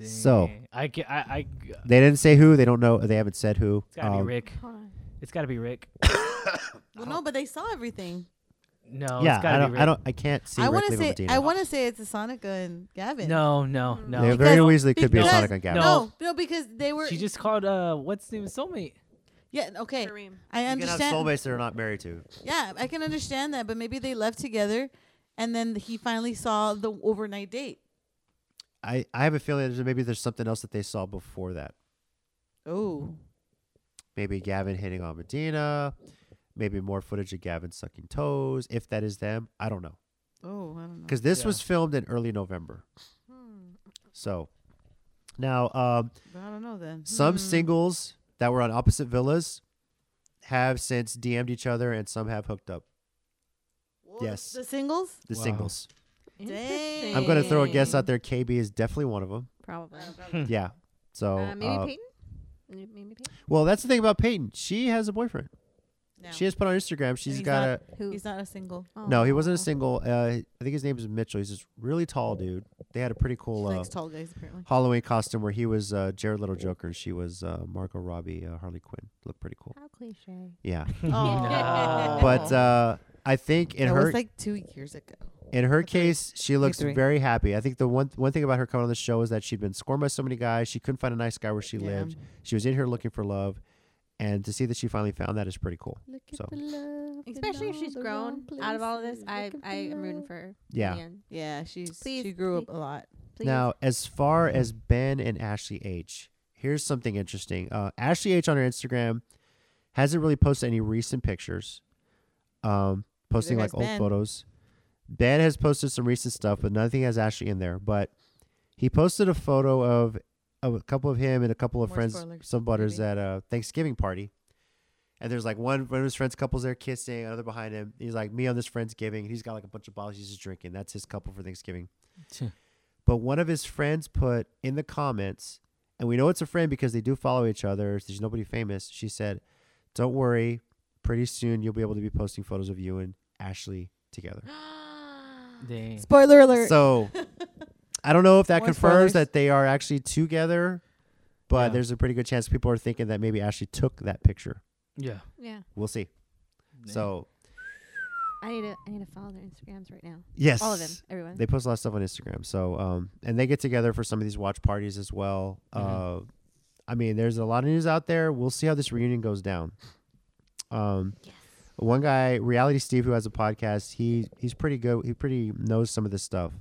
A: So-
D: Dang. I ca- I, I it's
A: They didn't say who. They don't know. They haven't said who.
D: gotta be
A: Um,
D: Rick.
E: Hold on.
D: It's gotta be Rick.
C: Well, no, but they saw everything.
D: No.
A: yeah,
D: It's gotta
A: I
D: be
A: don't,
D: Rick.
A: I don't. I can't see.
C: I
A: Rick
C: want to
A: leaving
C: say.
A: Medina.
C: I want to say it's Sonica and Gavin.
D: No, no, no.
A: They
C: Because-
A: very easily could be a
C: because-
A: Sonic and Gavin.
C: No, no, because Mm. they were.
D: She just called uh what's the name soulmate.
C: Yeah. Okay.
E: Kareem.
C: I
A: You can have
C: understand.
A: soulmates that are not married to.
C: Yeah, I can understand that, but maybe they left together, and then he finally saw the overnight date.
A: I, I have a feeling that there's- maybe there's something else that they saw before that.
C: Oh.
A: Maybe Gavin hitting on Medina. Maybe more footage of Gavin sucking toes. If that is them, I don't know.
C: Oh, I don't know.
A: Because this
D: Yeah.
A: was filmed in early November.
C: Hmm.
A: So now um,
C: I don't know then.
A: some singles that were on opposite villas have since DM'd each other and some have hooked up. yes.
C: The singles?
A: The
D: Wow.
A: singles.
C: Dang.
A: I'm going to throw a guess out there. KB is definitely one of them.
E: Probably.
D: Hmm.
A: yeah. So
E: Uh, maybe
A: uh,
E: Peyton. Maybe Peyton.
A: Well, that's the thing about Peyton. She has a boyfriend.
C: No.
A: She has put on Instagram. She's
C: He's
A: got
C: not-
E: Who?
C: He's not a single.
A: a. No, he wasn't a
E: Oh.
A: single. Uh, I think his name is Mitchell. He's this really tall dude. They had a pretty cool
C: she
A: uh,
C: likes tall guys, apparently.
A: Halloween costume where he was uh, Jared Little Joker. She was uh, Margot Robbie, uh, Harley Quinn. Looked pretty cool.
E: How cliche.
A: Yeah,
C: Oh.
A: but uh, I think in
C: That
A: her
C: was like two years ago.
A: in her
C: okay.
A: case, she looks
C: three.
A: very happy. I think the one one thing about her coming on the show is that she'd been scorned by so many guys. She couldn't find a nice guy where she
C: Yeah.
A: lived. She was in here looking for love, and to see that she finally found that is pretty cool. So
E: Especially if she's grown out of all of this, I I am rooting for her. in
A: Yeah.
E: the end.
C: Yeah, she's
E: Please,
C: she grew up
E: please.
C: a lot.
E: Please.
A: Now, as far
C: Mm-hmm.
A: as Ben and Ashley H, here's something interesting. Uh, Ashley H on her Instagram hasn't really posted any recent pictures, um, posting
C: has
A: like old
C: Ben.
A: photos. Ben has posted some recent stuff, but nothing has Ashley in there. But he posted a photo of, of a couple of him and a couple of
C: More
A: friends,
C: spoilers,
A: some butters
C: maybe.
A: at a Thanksgiving party. And there's like one, one of his friends' couples there kissing, another behind him. He's like, me on this friend's giving. He's got like a bunch of bottles he's just drinking. That's his couple for Thanksgiving but one of his friends put in the comments, and we know it's a friend because they do follow each other. There's nobody famous. She said, "Don't worry, pretty soon you'll be able to be posting photos of you and Ashley together."
D: Dang.
C: Spoiler alert.
A: so I don't know if that
C: More
A: confirms
C: spoilers.
A: that they are actually together, but
D: Yeah.
A: there's a pretty good chance people are thinking that maybe Ashley took that picture.
D: Yeah.
E: yeah.
A: We'll see. So
E: I need to I need to follow their Instagrams right now.
A: yes,
E: All of them. Everyone.
A: They post a lot of stuff on Instagram. So, um, and they get together for some of these watch parties as well. Uh, I mean, there's a lot of news out there. We'll see how this reunion goes down. Um, one guy, Reality Steve, who has a podcast, he he's pretty good. He pretty knows some of this stuff,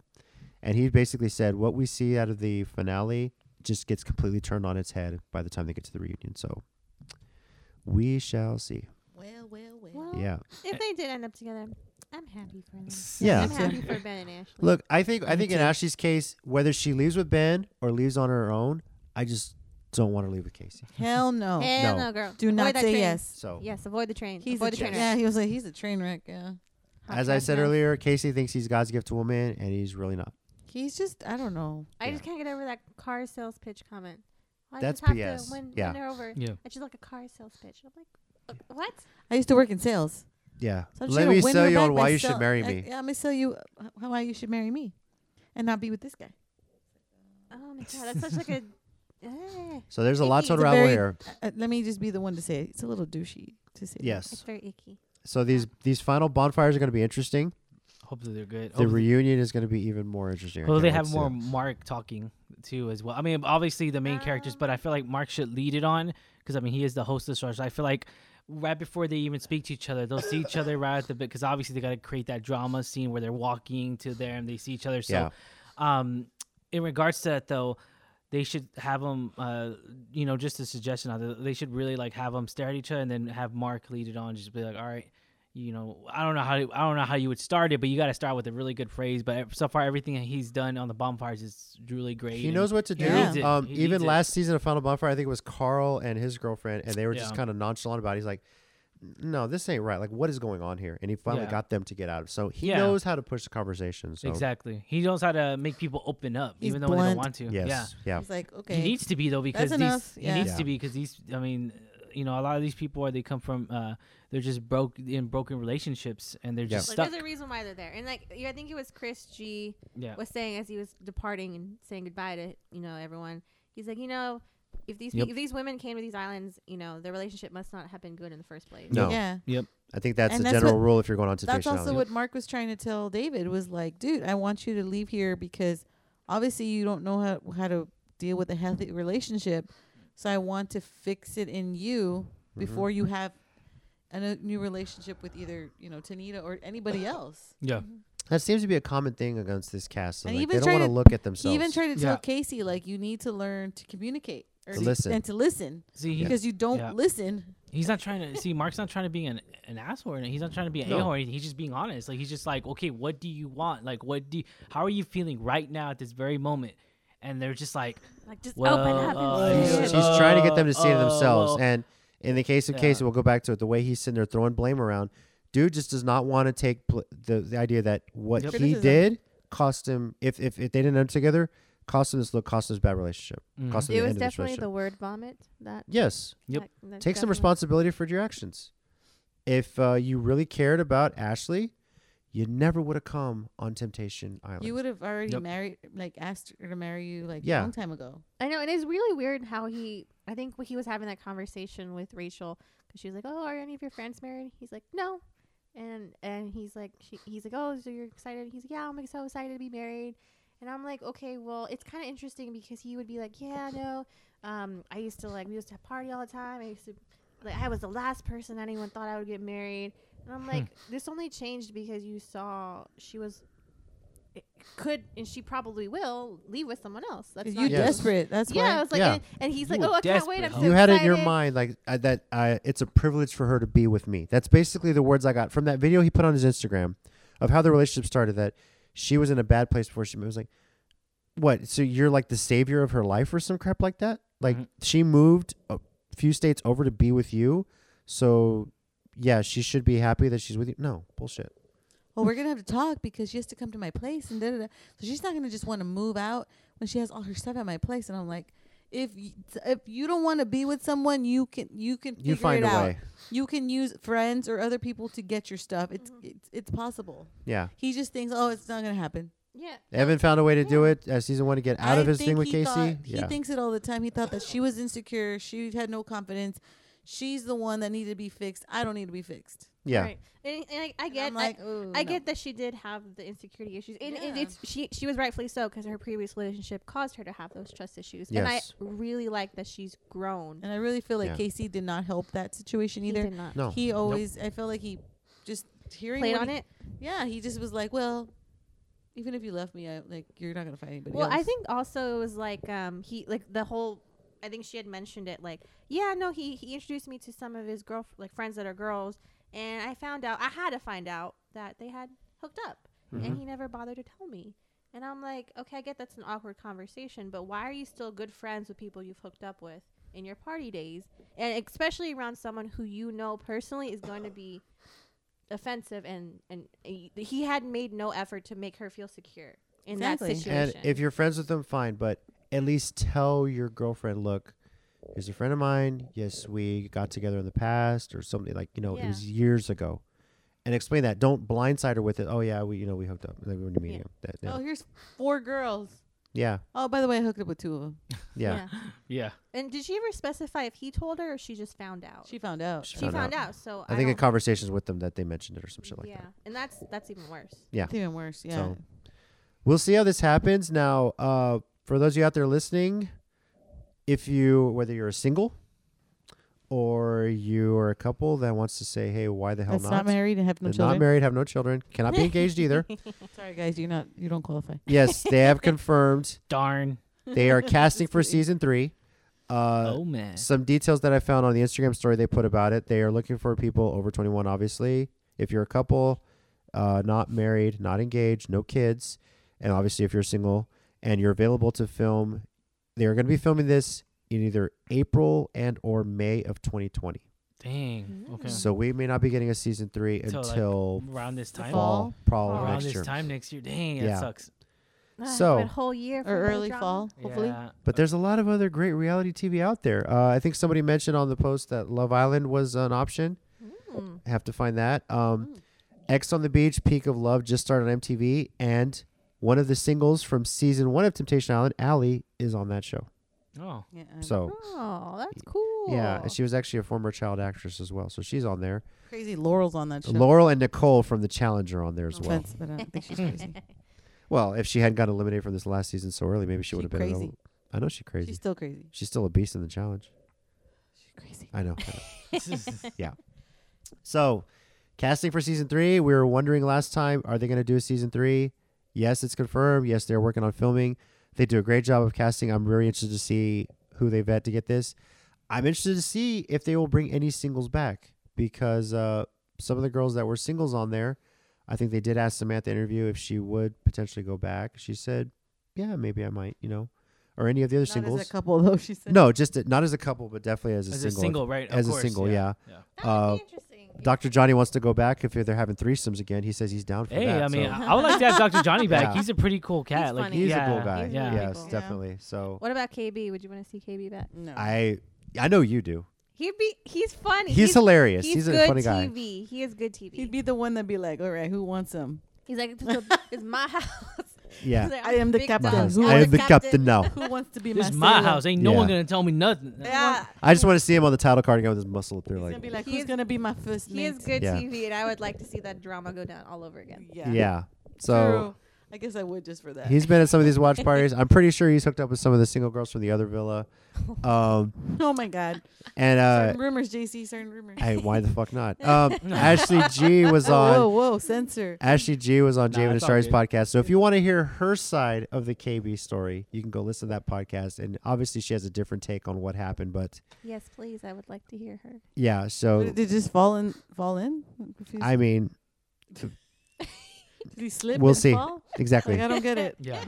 A: and he basically said what we see out of the finale just gets completely turned on its head by the time they get to the reunion. So, we shall see. Yeah.
E: If they did end up together, I'm happy for them.
A: Yeah.
E: I'm happy for Ben and Ashley.
A: Look, I think I think in
D: too.
A: Ashley's case, whether she leaves with Ben or leaves on her own, I just don't want her to leave with Casey.
C: Hell no.
E: Hell
A: No.
E: no, girl.
C: Do
E: Avoid
C: not
E: that
C: say
E: train.
C: yes.
A: So
E: Yes, avoid the train.
C: He's
E: avoid
C: a
E: the train.
C: train. Yeah, he was like, he's a train wreck. Yeah.
A: as I said earlier, Casey thinks he's God's gift to woman, and he's really not.
C: He's just, I don't know.
E: I just can't get over that car sales pitch comment. Well, I
A: That's
E: just have
A: BS.
E: To, when,
A: Yeah.
E: when they're over,
D: Yeah.
E: it's just like a car sales pitch. I'm like, uh, what?
C: I used to work in sales.
A: Yeah.
C: So I'm just
A: Let
C: gonna
A: me
C: win
A: sell
C: her
A: you
C: back
A: on
C: by
A: why you should
C: sell-
A: marry
C: I-
A: me.
C: yeah, I'm going to sell you uh, how- why you should marry me and not be with this guy.
E: Oh my god, that's such like a. Eh,
A: So there's a lot
E: It's
A: to
E: a
A: unravel
C: very-
A: here.
C: Uh, let me just be the one to say it. It's a little douchey to say. that.
E: it's
A: Yes.
E: very icky.
A: So these these final bonfires are going to be interesting.
D: Hopefully they're good.
A: The
D: Hopefully-
A: reunion is going to be even more interesting. I
D: Well,
A: can't
D: they
A: wait
D: have
A: to see
D: more
A: that.
D: Mark talking too as well. I mean, obviously the main characters,
C: Um.
D: but I feel like Mark should lead it on because I mean he is the host of the show. So I feel like right before they even speak to each other, they'll see each other right at the bit because obviously they got to create that drama scene where they're walking to there and they see each other. So,
A: Yeah.
D: um, in regards to that though. They should have them, uh, you know, just a suggestion. on the- They should really like have them stare at each other and then have Mark lead it on. Just be like, all right, you know, I don't know how I don't know how you would start it, but you got to start with a really good phrase. But e, so far, everything that he's done on the bonfires is really great.
A: He knows what to do.
D: He needs it.
A: Um,
D: He
A: even
D: needs it.
A: last season of Final Bonfire, I think it was Carl and his girlfriend, and they were just
D: Yeah.
A: kind of nonchalant about. it. He's like, "No, this ain't right. Like, what is going on here?" And he finally
D: Yeah.
A: got them to get out. So he
D: Yeah.
A: knows how to push the conversation. So
D: exactly. He knows how to make people open up,
C: He's
D: even though they don't
C: blunt.
D: want to.
A: Yes.
D: Yeah.
A: Yeah.
C: He's like, okay.
D: He needs to be though because
C: enough,
D: these
C: yeah.
D: he needs
A: Yeah.
D: to be because these I mean you know a lot of these people are they come from uh they're just broke in broken relationships and they're
A: Yeah.
D: just
E: Like,
D: stuck
E: there's a reason why they're there. And like, yeah, I think it was Chris G.
D: yeah
E: was saying as he was departing and saying goodbye to you know everyone. He's like, you know, if these
D: Yep.
E: if these women came to these islands, you know, their relationship must not have been good in the first place.
A: No.
C: Yeah.
A: I think that's
C: And
A: the
C: that's
A: general
C: what-
A: rule if you're going on to
C: That's
A: Temptation
C: also
A: Island.
C: what Mark was trying to tell David was like, dude, I want you to leave here because obviously you don't know how how to deal with a healthy relationship. So I want to fix it in you
A: Mm-hmm.
C: before you have a n- new relationship with either, you know, Tanita or anybody else.
D: yeah
A: That seems to be a common thing against this cast. so,
C: And
A: like,
C: even
A: they don't
C: try
A: want to
C: to-
A: look at themselves.
C: He even tried to tell
D: Yeah.
C: Casey like you need to learn to communicate or
A: To listen.
C: and to listen
D: see he,
C: because you don't
D: Yeah.
C: listen.
D: He's not trying to see. Mark's not trying to be an an asshole. Or anything. He's not trying to be an
A: No.
D: a-hole. or anything. He's just being honest. Like he's just like, okay, what do you want? Like, what do? You, how are you feeling right now at this very moment? And they're just like,
E: Like just
D: well,
E: open up.
D: uh,
E: and
A: He's,
E: shit.
A: he's trying to get them to
D: uh,
A: see it themselves.
D: well-
A: and in the case of
D: Yeah.
A: Casey, we'll go back to it. The way he's sitting there throwing blame around, dude just does not want to take pl- the, the idea that what
D: Yep.
A: he
C: Criticism.
A: did cost him, if, if, if they didn't end up together, cost him this look, cost him this bad relationship.
D: Mhm.
A: Cost him
E: it
A: the
E: was
A: end of this
E: definitely
A: relationship.
E: the word vomit that.
A: yes.
D: Yep.
E: that- that
A: Take some
E: definitely-
A: responsibility for your actions. If uh, you really cared about Ashley, you never would have come on Temptation Island.
C: You would have already
D: Yep.
C: married like asked her to marry you like
A: Yeah.
C: a long time ago.
E: I know, and it's really weird how he. I think he was having that conversation with Rachel because she was like, "Oh, are any of your friends married?" He's like, "No," and and he's like, she, "He's like, oh, so you're excited?" He's like, "Yeah, I'm so excited to be married." And I'm like, "Okay, well, it's kind of interesting because he would be like, "Yeah, no, um, I used to like we used to party all the time. I used to like I was the last person anyone thought I would get married." And I'm like, "This only changed because you saw she was." it Could and she probably will leave with someone else. That's
C: If
E: not
C: you
A: Yes.
C: desperate. That's
E: yeah, I
C: why.
E: was like,
A: Yeah.
E: and, and he's
D: You
E: like,
D: were
E: oh, I can't wait. I'm
D: desperate,
E: so
D: huh?
A: you had it in your
E: excited."
A: mind like uh, that uh, it's a privilege for her to be with me that's basically the words i got from that video he put on his instagram of how the relationship started that she was in a bad place before she moved It was like what so you're like the savior of her life or some crap like that like
D: Mhm.
A: she moved a few states over to be with you so yeah she should be happy that she's with you no bullshit
C: well, we're gonna have to talk because she has to come to my place and da da da. So she's not gonna just want to move out when she has all her stuff at my place. And I'm like, if y- if you don't want to be with someone, you can you can
A: you
C: figure
A: find
C: it
A: a
C: out.
A: way
C: You can use friends or other people to get your stuff. It's
E: Mm-hmm.
C: it's it's possible.
A: yeah
C: He just thinks, oh, it's not gonna happen.
E: Yeah.
A: evan found a way to do it uh, season one to get out
C: I
A: of his
C: think
A: thing with
C: he
A: casey
C: thought-
A: yeah
C: He thinks it all the time. He thought that she was insecure. She had no confidence. She's the one that needed to be fixed. I don't need to be fixed.
A: yeah
E: Right. And, and I, I
C: And
E: get,
C: I'm like,
E: I,
C: "Ooh,
E: I
C: no."
E: get that she did have the insecurity issues, and, and
C: Yeah.
E: it's she she was rightfully so because her previous relationship caused her to have those trust issues. And I
A: Yes.
E: really like that she's grown.
C: And I really feel like
A: Yeah.
C: Casey did not help that situation either.
E: He did not
A: no
C: He always, I feel like he just hearing
E: played
C: what
E: on
C: he-
E: it.
C: Yeah, he just was like, well, even if you left me, I like you're not gonna find anybody.
E: Well, I
C: else."
E: think also it was like um he like the whole. I think she had mentioned it like yeah no he he introduced me to some of his girl like friends that are girls and I found out I had to find out that they had hooked up,
C: Mm-hmm.
E: and he never bothered to tell me. And I'm like, okay, I get that's an awkward conversation, but why are you still good friends with people you've hooked up with in your party days, and especially around someone who you know personally is going to be offensive and and he he had made no effort to make her feel secure in
C: Exactly.
E: that
C: And
E: situation.
A: And if you're friends with them, fine. But at least tell your girlfriend, look, here's a friend of mine. Yes, we got together in the past or something like, you know, it
E: Yeah.
A: was years ago. And explain that. Don't blindside her with it. Oh, yeah, we, you know, we hooked up. Like, when you meet
E: Yeah.
A: him. That, yeah.
C: Oh, here's four girls.
A: yeah.
C: Oh, by the way, I hooked up with two of them.
A: Yeah.
D: Yeah.
E: And did she ever specify if he told her or she just found out?
C: She found out.
E: She found, out. So
A: I think in
E: don't-
A: conversations with them that they mentioned it or some shit like
E: yeah,
A: that.
E: and that's that's even worse.
C: It's even worse. Yeah.
A: So we'll see how this happens. Now, uh, for those of you out there listening, if you whether you're a single or you are a couple that wants to say, "Hey, why the hell
C: That's not married and have no
A: They're
C: children.
A: not married, have no children, cannot be engaged either.
C: Sorry, guys, you're not. You don't qualify.
A: yes, they have confirmed
D: Darn.
A: they are casting for season three. Uh,
D: oh man.
A: Some details that I found on the Instagram story they put about it. They are looking for people over 21, obviously. If you're a couple, uh, not married, not engaged, no kids, and obviously if you're single and you're available to film, they are going to be filming this in either April and or May of 2020.
D: Dang. Okay.
A: So we may not be getting a season three
D: Till, like,
A: until
D: around this time.
A: fall,
C: fall?
A: probably
D: Around
A: next
D: this
A: year.
D: time next year. Dang, that
A: Yeah.
D: sucks.
E: Ah,
A: So-
E: but whole year
C: Or
E: for no
C: early
E: drama?
C: fall, hopefully.
D: Yeah.
A: But there's a lot of other great reality TV out there. Uh, I think somebody mentioned on the post that Love Island was an option.
E: Mm.
A: Have to find that. Um, X on the Beach, Peak of Love just started on MTV, and one of the singles from season one of Temptation Island, Allie, is on that show.
D: Oh.
C: Yeah.
A: So
E: Oh, that's cool.
A: yeah, and she was actually a former child actress as well, so she's on there.
C: crazy Laurel's on that show.
A: Laurel and Nicole from The Challenger on there as
C: No
A: well.
C: offense, but I don't think she's crazy.
A: Well, if she hadn't gotten eliminated from this last season so early, maybe she
C: She
A: would have been. a
C: crazy.
A: little- I know she's crazy.
C: she's
A: She's,
C: still crazy.
A: still a beast in the challenge.
C: She's crazy.
A: I know. I know. So, casting for season three, we were wondering last time, are they going to do a season three? Yes, it's confirmed. Yes, they're working on filming. They do a great job of casting. I'm very interested to see who they vet to get this. I'm interested to see if they will bring any singles back because uh, some of the girls that were singles on there, I think they did ask Samantha in the interview if she would potentially go back. She said, "Yeah, maybe I might," you know, or any of the other
C: Not
A: singles.
C: as a couple though. She said.
A: no, just a, not as a couple, but definitely as a
D: As a
A: single.
D: single, right? Of
A: As
D: course,
A: a single,
D: yeah.
A: yeah.
E: That would
A: Uh,
E: be interesting.
A: Dr. Johnny wants to go back if they're having threesomes again. He says he's down for
D: Hey,
A: that.
D: I mean,
A: so-
D: I I would like to have Dr. Johnny back.
A: Yeah.
D: He's a pretty cool cat. like
E: funny.
A: he's a
D: yeah,
A: cool guy.
E: he's really
D: Yeah.
A: yes,
E: cool.
A: definitely. So
E: What about KB? Would you want to see KB back?
C: No.
A: I I know you do.
E: He'd be. He's funny.
A: He's, hilarious. He's,
E: He's,
A: a
E: good
A: funny guy.
E: TV. He is good TV.
C: He'd be the one that'd be like, "All right, who wants him?
E: he's like, "So it's my house.
A: Yeah.
E: He's like,
C: I
E: I'm
C: am the
E: big
C: captain.
E: dog.
C: Who
A: I
C: wants
A: am the captain now.
C: Who wants to be
D: This is
C: my
D: my
C: sailor?"
D: house. Ain't no one
A: Yeah.
D: gonna tell me nothing.
E: Yeah,
A: I just want to see him on the title card again with his muscle up there.
C: He's
A: Like,
C: gonna be like,
E: He's-
C: "Who's gonna be my first
E: he
C: mate?"
E: is good
A: Yeah.
E: TV, and I would like to see that drama go down all over again.
A: yeah.
C: Yeah.
A: So
C: True. I guess I would just for that.
A: he's been at some of these watch parties. I'm pretty sure he's hooked up with some of the single girls from the other villa. Um,
C: oh my god.
A: and uh,
C: certain rumors, JC. Certain rumors.
A: hey, why the fuck not? Um, Ashley G was on.
C: whoa, whoa, censor.
A: Ashley G was on
D: Nah,
A: Jamie and
D: it's all
A: Starry's
D: good.
A: podcast. So if you want to hear her side of the KB story, you can go listen to that podcast. And obviously, she has a different take on what happened. But
E: Yes, please. I would like to hear her.
A: yeah, so
C: Did it just fall in? Fall in? I'm confused.
A: Oh. I mean, Oh,
C: Did he slip?
A: we'll
C: and
A: see.
C: Fall?
A: Exactly.
C: Like I don't get it.
D: Yeah.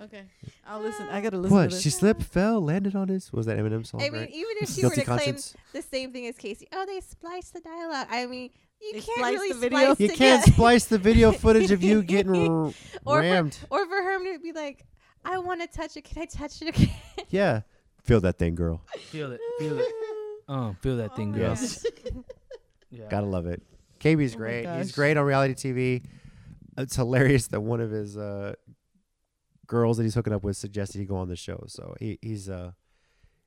C: Okay, I'll listen. I gotta listen.
A: What?
C: To this.
A: She slipped, fell, landed on his. What was that Eminem song?
E: I mean,
A: right?
E: even if she were
A: Guilty
E: to claim
A: conscience.
E: the same thing as Casey, oh, they spliced the dialogue. I mean, you
C: They
E: can't
C: spliced
E: really
C: the video.
E: splice
A: You
E: it
A: can't
E: yet.
A: splice the video footage of you getting r-
E: or
A: rammed.
E: For, or for her to be like, I want to touch it. Can I touch it again?
A: Yeah. Feel that thing, girl.
D: Feel it. Feel it. Oh, feel that thing,
A: my
D: girl.
A: Yes.
D: Yeah.
A: Gotta love it. KB's great.
C: gosh.
A: He's great on reality TV. It's hilarious that one of his uh, girls that he's hooking up with suggested he go on the show. So he, he's uh,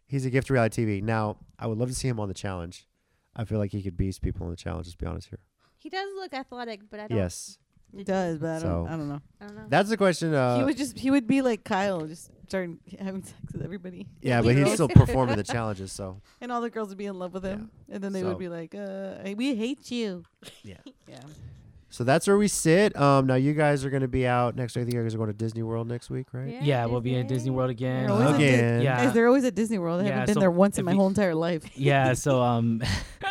A: he's a gift to reality TV. Now I would love to see him on the challenge. I feel like he could beast people on the challenge. Just be honest here.
E: he does look athletic, but I don't.
A: Yes,
C: He does, but I don't.
A: So-
C: I don't know.
E: I don't know.
A: that's the question.
C: he
A: Uh,
C: would just. He would be like Kyle, just starting having sex with everybody.
A: yeah, but he's
C: girls.
A: still performing the challenges. So
C: And all the girls would be in love with him, and then they
A: So-
C: would be like, "Uh, we hate you."
A: Yeah.
C: Yeah.
A: So that's where we sit. Um, now you guys are going to be out next week. I think you guys are going to Disney World next week, right?
D: Yeah, we'll be at Disney World again.
C: They're
F: Oh,
C: always at Dis-
A: Again.
D: Yeah.
C: Guys, they're always at Disney World. I
D: Yeah,
C: haven't been
D: so
C: there once in
D: if
C: my
D: you-
C: whole entire life.
D: yeah. So um,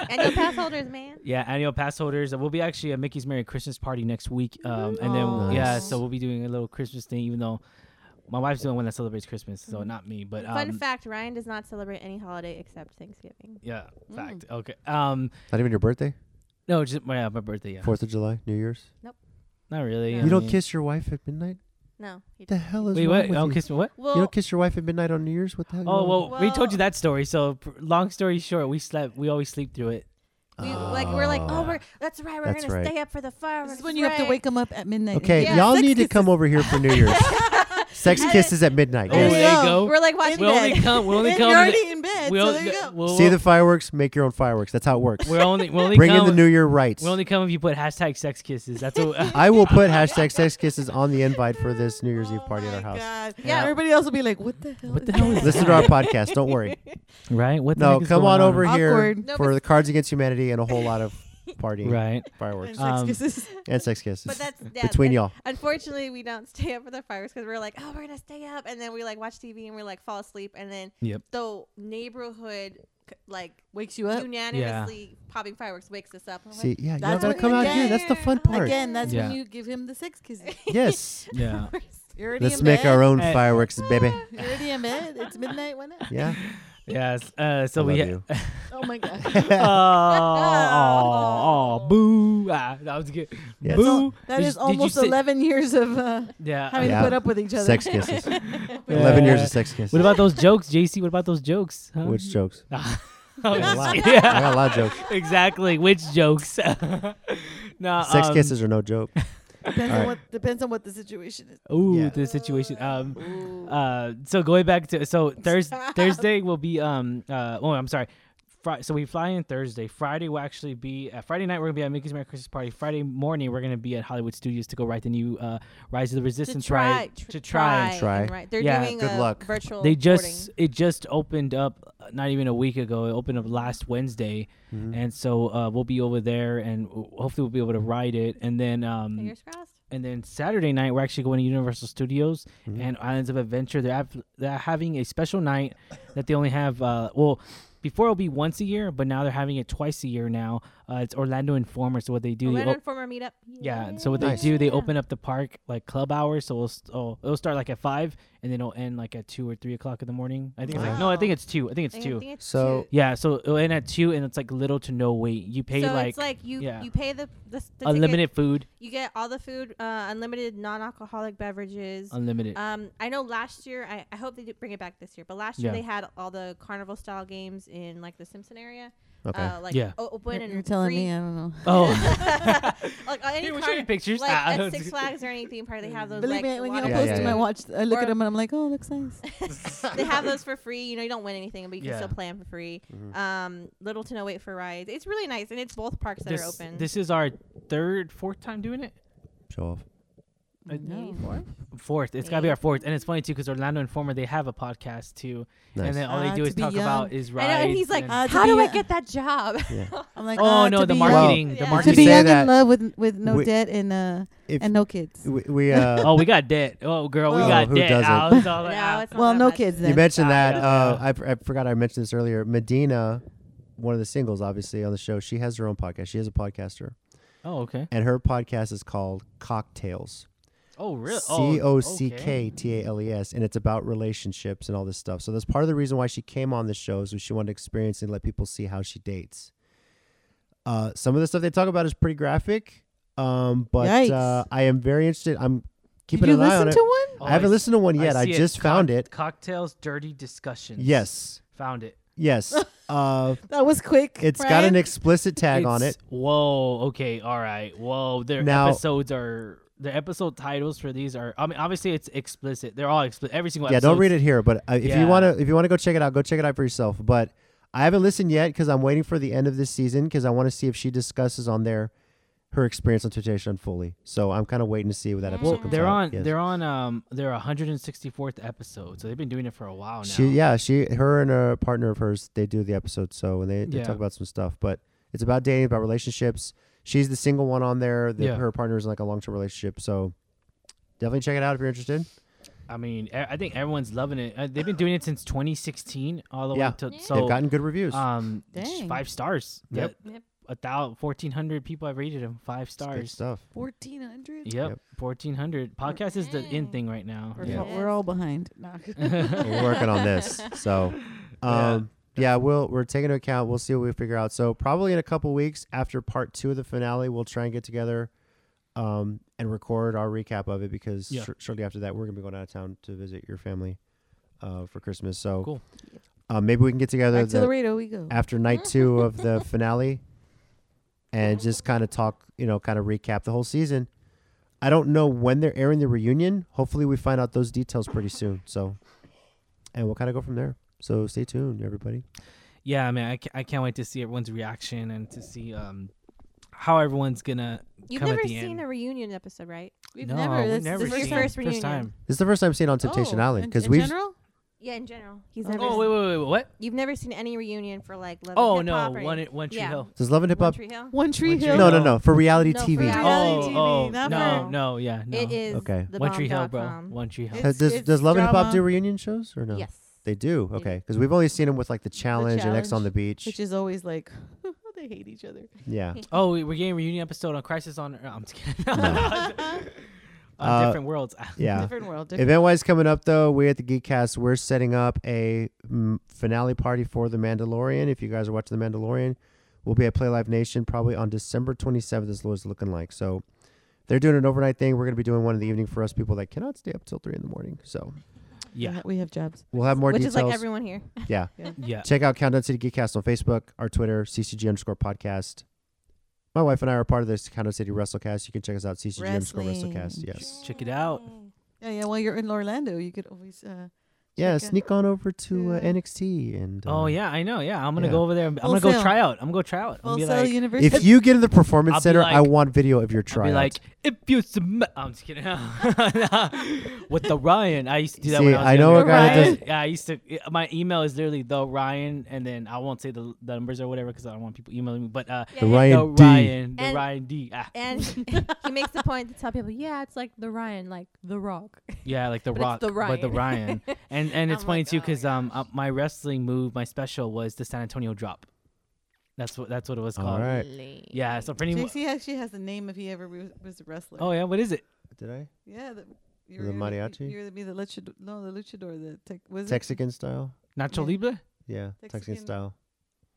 E: Annual pass holders, man.
D: yeah, annual pass holders. Uh, We'll be actually at Mickey's Merry Christmas party next week. Um, and then
C: Aw.
D: yeah,
A: Nice.
D: so we'll be doing a little Christmas thing, even though my wife's the only one that celebrates Christmas, so not me. But um,
E: Fun fact: Ryan does not celebrate any holiday except Thanksgiving.
D: Yeah, fact.
E: Mm.
D: Okay. Um,
A: Not even your birthday?
D: no, just my, yeah, my birthday. Yeah,
A: Fourth of July, New Year's?
D: not really. I
A: You don't
D: mean-
A: kiss your wife at midnight?
E: No. He
A: What the hell is
D: Wait,
A: wrong
D: what?
A: with
D: I don't
A: you?
D: kiss what?
E: Well,
A: you don't kiss your wife at midnight on New Year's? What the hell?
D: Oh well, we told you
E: Well-
D: that story. So pr- long story short, we slept. We always sleep through it.
E: we, like we're like, oh,
A: Ah.
E: we're that's right. We're
A: That's
E: gonna
A: right.
E: stay up for the fireworks.
C: This is when you have to
E: right?
C: wake them up at
A: Oh.
C: midnight.
A: Okay,
E: Yeah.
A: y'all
C: Sex
A: need to come
C: kisses.
A: over here for New Year's. Sex
E: And-
A: kisses at midnight.
D: Oh,
A: Yes.
D: there you go.
E: We're like watching
D: we only
E: bed.
D: come. We only
C: And
D: come.
C: you're
D: to the-
C: already in bed,
D: we
C: so
D: o-
C: there you
D: the-
C: go.
D: we'll-
A: See the fireworks, make your own fireworks. That's how it works.
D: We're only. We only
A: Bring in
D: come.
A: the New Year rights.
D: we only come if you put hashtag sex kisses. That's what.
A: I will put hashtag sex kisses on the invite for this New Year's Eve party at our
E: Oh
A: house.
C: Oh Yeah, everybody else will be like, "What the hell?"
D: What
C: is
D: the hell is
C: that?"
A: Listen to our podcast. Don't worry.
D: right. What? The
A: No,
D: heck is
A: come
D: going
A: on over here
C: Awkward. No,
A: for
E: but-
A: the Cards Against Humanity and a whole lot of partying,
D: Right.
A: fireworks,
D: Um,
C: Sex kisses.
A: and sex kisses
E: But that's yeah,
A: between
E: that-
A: y'all.
E: Unfortunately, we don't stay up for the fireworks because we're like, oh, we're gonna stay up, and then we like watch TV and we like fall asleep, and then
D: Yep.
E: the neighborhood c- like
C: wakes you up.
E: unanimously popping fireworks wakes us up. I'm like,
A: See, yeah, y'all
C: That's
A: gotta
C: what-
A: come out here. That's the fun part.
C: Again, that's
D: Yeah.
C: when you give him the sex kisses.
A: Yes.
D: Yeah.
C: You're already
A: Let's
C: in
A: make
C: bed.
A: our own
D: Hey.
A: fireworks, baby.
C: You're already in bed. It's midnight. Why not?
A: Yeah.
D: Yes. Uh, so
A: I
D: we.
A: love
D: ha-
C: Oh my god.
D: oh, oh,
E: Oh.
D: boo! Ah, that was good.
A: Yes.
D: Boo!
C: That
D: Did
C: is
D: you- did you
C: almost
D: say-
C: 11 years of uh,
D: Yeah.
C: having
A: Yeah.
C: to put up with each other.
A: Sex kisses. Eleven years
D: Yeah.
A: of sex kisses.
D: What about those jokes, JC? What about those jokes? Huh?
A: Which jokes?
D: Ah.
A: I got a lot. I
D: yeah,
A: got a lot of jokes.
D: exactly. Which jokes? no,
A: Sex
D: um,
A: kisses are no joke.
C: depends,
A: All
C: on
A: right.
C: what, depends on what the situation is.
D: Ooh,
A: Yeah.
D: the situation. Um, uh, so going back to so Thurs Thursday will be um uh oh I'm sorry. Fri- so we fly in Thursday. Friday will actually be uh, Friday night. We're gonna be at Mickey's Merry Christmas Party. Friday morning we're gonna be at Hollywood Studios to go write the new uh, Rise of the Resistance ride
E: tr-
D: to try.
E: and
A: Try.
E: Right. They're
D: Yeah.
E: doing
A: Good
E: a
A: luck.
E: virtual.
D: They just
E: recording.
D: it just opened up uh, not even a week ago. It opened up last Wednesday,
A: Mm-hmm.
D: and so uh, we'll be over there and w- hopefully we'll be able to ride it. And then um,
E: Fingers crossed.
D: and then Saturday night we're actually going to Universal Studios
A: Mm-hmm.
D: and Islands of Adventure. They're av- they're having a special night that they only have. Uh, well, before it'll be once a year, but now they're having it twice a year now. Uh, it's Orlando Informer. So what they do, they
E: Orlando
D: op-
E: Informer meetup.
D: yeah. So what they
A: Nice.
D: do, they open up the park like club hours. So we'll st- oh, it'll start like at five and then it'll end like at two or three o'clock in the morning. I think it's like no, I think it's two. I think it's
E: I
D: two.
E: think it's
A: So-
E: two.
D: yeah. So it'll end at two and it's like little to no wait. You pay
E: so
D: like,
E: it's like you
D: yeah.
E: you pay the the, s- the ticket,
D: unlimited food,
E: You get all the food, uh, unlimited non-alcoholic beverages.
D: unlimited.
E: Um, I know last year. I, I hope they do bring it back this year. But last year
D: Yeah.
E: they had all the carnival style games in like the Simpson area.
A: Okay.
E: Uh, like
D: Yeah.
E: o- open and
C: You're telling
E: free.
C: me, uh, I don't know.
D: oh.
E: like on any
D: Here, we'll show
E: car-
D: you pictures.
E: Like
D: Ah,
E: at
D: that's
E: Six
D: good.
E: Flags or anything party, they have those.
C: Believe
E: like,
C: me, when
E: water
C: y'all
A: Yeah,
C: post
A: yeah,
C: them,
A: yeah.
C: I watch. I look at
E: Or-
C: them and I'm like, oh, looks nice.
E: they have those for free. You know, you don't win anything, but you
D: Yeah.
E: can still play 'em for free.
A: Mm-hmm.
E: Um, little to no wait for rides. It's really nice, and it's both parks that
D: this,
E: are open.
D: This is our third, fourth time doing it.
A: Show off.
D: Uh,
C: No.
D: Fourth. It's gotta be our fourth, and it's funny too because Orlando Informer they have a podcast too,
A: Nice.
D: and then all
C: Ah,
D: they do
C: to
D: is
C: be
D: talk
C: young.
D: about is
E: I
D: rides.
E: know, and he's like, ah,
C: Uh, to
E: "How do
C: be
E: I
C: a-
E: get that job?"
A: Yeah.
C: I'm like,
D: oh
C: ah,
D: no,
C: to
D: the
C: be
D: marketing,
E: Yeah.
D: the
E: To
C: Young, to
D: marketing.
C: be
A: Say
C: young
A: that-
C: in love with with no
A: Wait.
C: debt and uh
A: If
C: and no kids.
A: we, we uh,
D: oh, we got debt. Oh, girl, we
A: Oh,
D: got
A: who
D: debt.
A: doesn't?
D: I was all like,
E: No,
D: ah.
E: it's not
C: Well,
E: that
C: no
E: much.
C: kids. Then.
A: you mentioned
D: Ah,
A: that.
D: yeah.
A: Uh, I, f- I forgot I mentioned this earlier. Medina, one of the singles, obviously on the show, she has her own podcast. She is a podcaster,
D: oh, okay.
A: and her podcast is called Cocktails.
D: Oh, really?
A: C O C K T A L E S, and it's about relationships and all this stuff. So that's part of the reason why she came on the show is she wanted to experience and let people see how she dates. Uh, some of the stuff they talk about is pretty graphic, um, but
C: Yikes.
A: uh, I am very interested. I'm keeping
C: Did you
A: an eye on
C: listen
A: it.
C: to one?
A: I haven't listened to one yet. I, just found it.
D: Cocktails, dirty discussions.
A: Yes,
D: found it.
A: yes. uh,
C: That was quick.
A: it's
C: It's
A: got an explicit tag on
D: It's-
A: it.
D: Whoa. Okay. All right. Whoa. Their
A: Now-
D: episodes are. Their episode titles for these are. I mean, obviously it's explicit. They're all explicit. Every single.
A: Yeah, don't read
D: episode's-
A: it here. But uh, if you
D: Yeah.
A: want to, if you want to go check it out, go check it out for yourself. But I haven't listened yet because I'm waiting for the end of this season because I want to see if she discusses on there her experience on Temptation fully. So I'm kind of waiting to see what that episode
D: Well,
A: comes
D: they're
A: out.
D: on.
A: Yes.
D: They're on. Um, their 164th episode. So they've been doing it for a while now.
A: She, yeah, she, her and a partner of hers, they do the episode. So and they, they
D: Yeah.
A: talk about some stuff, but It's about dating, about relationships. She's the single one on there. That
F: Yeah.
A: Her partner's in like a long term relationship. So definitely check it out if you're interested.
F: I mean, e- I think everyone's loving it. Uh, they've been doing it since 2016, all the
A: Yeah.
F: way to so
A: They've gotten good reviews.
D: uh,
F: um it's
C: Dang.
F: five stars.
A: Yep.
F: That- a thousand fourteen hundred people have rated them five
A: It's good
F: stars.
A: stuff.
C: Fourteen hundred.
F: Yep, fourteen hundred. Podcast is the in thing right now.
C: We're,
F: Yeah.
C: all- we're all behind. No.
A: we're working on this. So, um, yeah. we'll we're taking into account. We'll see what we figure out. So probably in a couple weeks after part two of the finale, we'll try and get together, um, and record our recap of it because
F: Yeah.
A: shor- shortly after that we're gonna be going out of town to visit your family, uh, for Christmas. So
F: Cool.
A: Uh, maybe we can get together
C: Back to
A: the-
C: Laredo we go.
A: after night two of the finale, and just kind of talk. You know, kind of recap the whole season. I don't know when they're airing the reunion. Hopefully, we find out those details pretty soon. So, and we'll kind of go from there. So stay tuned, everybody.
F: Yeah, I mean, I, ca- I can't wait to see everyone's reaction and to see um how everyone's gonna
E: You've
F: come
E: never
F: at the
E: seen
F: end.
E: a reunion episode, right?
C: We've
F: no,
C: never.
F: we've
C: This,
F: never
C: this
E: your
C: is
F: seen
C: the
F: it.
E: first reunion.
F: time.
A: This is the first time seeing on Temptation
C: oh,
A: Island
C: in-
A: because
C: in
A: we've
C: general?
E: Yeah, in general, he's never.
F: Oh wait, wait, wait, wait, what?
E: You've never seen any reunion for like Love
F: Oh
E: and Hip
F: no,
E: Hop or
F: one
E: anything.
F: one Tree
E: Yeah.
F: Hill.
A: does Love and Hip
E: One
A: Hop.
E: Tree Hill.
C: One Tree
F: One Tree
C: Hill.
A: No, no, no, for reality
E: No, for
A: TV.
E: reality.
F: Oh,
C: TV,
F: oh,
C: not
F: no,
E: for-
F: no, yeah, no.
E: It is
A: Okay.
E: the
F: One Tree Hill,
E: bomb dot
F: bro.
E: com.
F: One Tree Hill.
C: It's-
A: Has- does
C: it's
A: does Love and Hip Hop
C: drama.
A: do reunion shows or no?
E: Yes.
A: they do.
E: They
A: Okay, because we've only seen them with like the challenge, and X
C: Challenge,
A: on the beach.
C: Which is always like they hate each other.
A: yeah,
F: Oh, we- we're getting a reunion episode on Crisis on. Earth. I'm just kidding. on
A: Uh,
F: different worlds.
A: yeah.
C: Different world. Different.
A: Event wise coming up though, we at the Geekcast we're setting up a mm, finale party for The Mandalorian. If you guys are watching The Mandalorian, we'll be at Play Live Nation probably on December 27th. Is what it's looking like. So they're doing an overnight thing. We're gonna be doing one in the evening for us people that cannot stay up till three in the morning. So
F: yeah,
C: We have jobs.
A: we'll have more
E: Which
A: details.
E: is like everyone here.
A: yeah,
F: yeah.
A: check out Countdown City Geekcast on Facebook, our Twitter, CCG underscore podcast. My wife and I are part of this Countdown City WrestleCast. You can check us out CCG underscore
C: Wrestling.
A: WrestleCast. Yes.
F: Check it out.
C: Yeah, yeah. While you're in Orlando, you could always. Uh,
A: Yeah.
C: Check it.
A: Sneak on over to uh,
C: Yeah.
A: NXT and.
F: Oh
A: uh,
F: yeah, I know. Yeah, I'm gonna
A: yeah.
F: go over there. I'm
C: Full
F: gonna go
C: sail.
F: try out. I'm gonna go try out. I'm
C: Full
F: gonna be
C: Sail
F: like,
C: University.
A: If you get in the performance
F: I'll be
A: center, I
F: like-
A: want video of your
F: I'll
A: tryout.
F: be like, if you submit, I'm just kidding. With the Ryan, I used to do that. when
A: See,
F: I, was
A: I know
F: younger.
A: a guy that
F: Ryan?
A: does-
F: Yeah, I used to. yeah, My email is literally the Ryan, and then I won't say the, the numbers or whatever because I don't want people emailing me. But uh,
A: the
E: Yeah.
F: the
A: Ryan D.
F: Ryan, the
E: And-
F: Ryan D. Ah,
E: And he makes the point to tell people, yeah, it's like the Ryan, like the Rock.
F: yeah, like the
E: But it's
F: Rock,
E: the
F: but the Ryan.
E: Ryan.
F: And and it's
E: I'm
F: funny
E: like,
F: too
E: oh my
F: because um uh, my wrestling move, my special was the San Antonio Drop. That's what that's what it was
A: All
F: called.
A: right.
F: Yeah. So for anyone,
C: JC actually has a name if he ever was, was a wrestler.
F: oh yeah, what is it?
A: Did I?
C: Yeah, the, you
A: The
C: were gonna be-
A: mariachi?
C: You were gonna be the luchador. No, the luchador. The tech was it?
A: Texican style?
F: Nacho
C: Yeah.
F: Libre.
A: Yeah, Texican,
C: Texican.
A: style.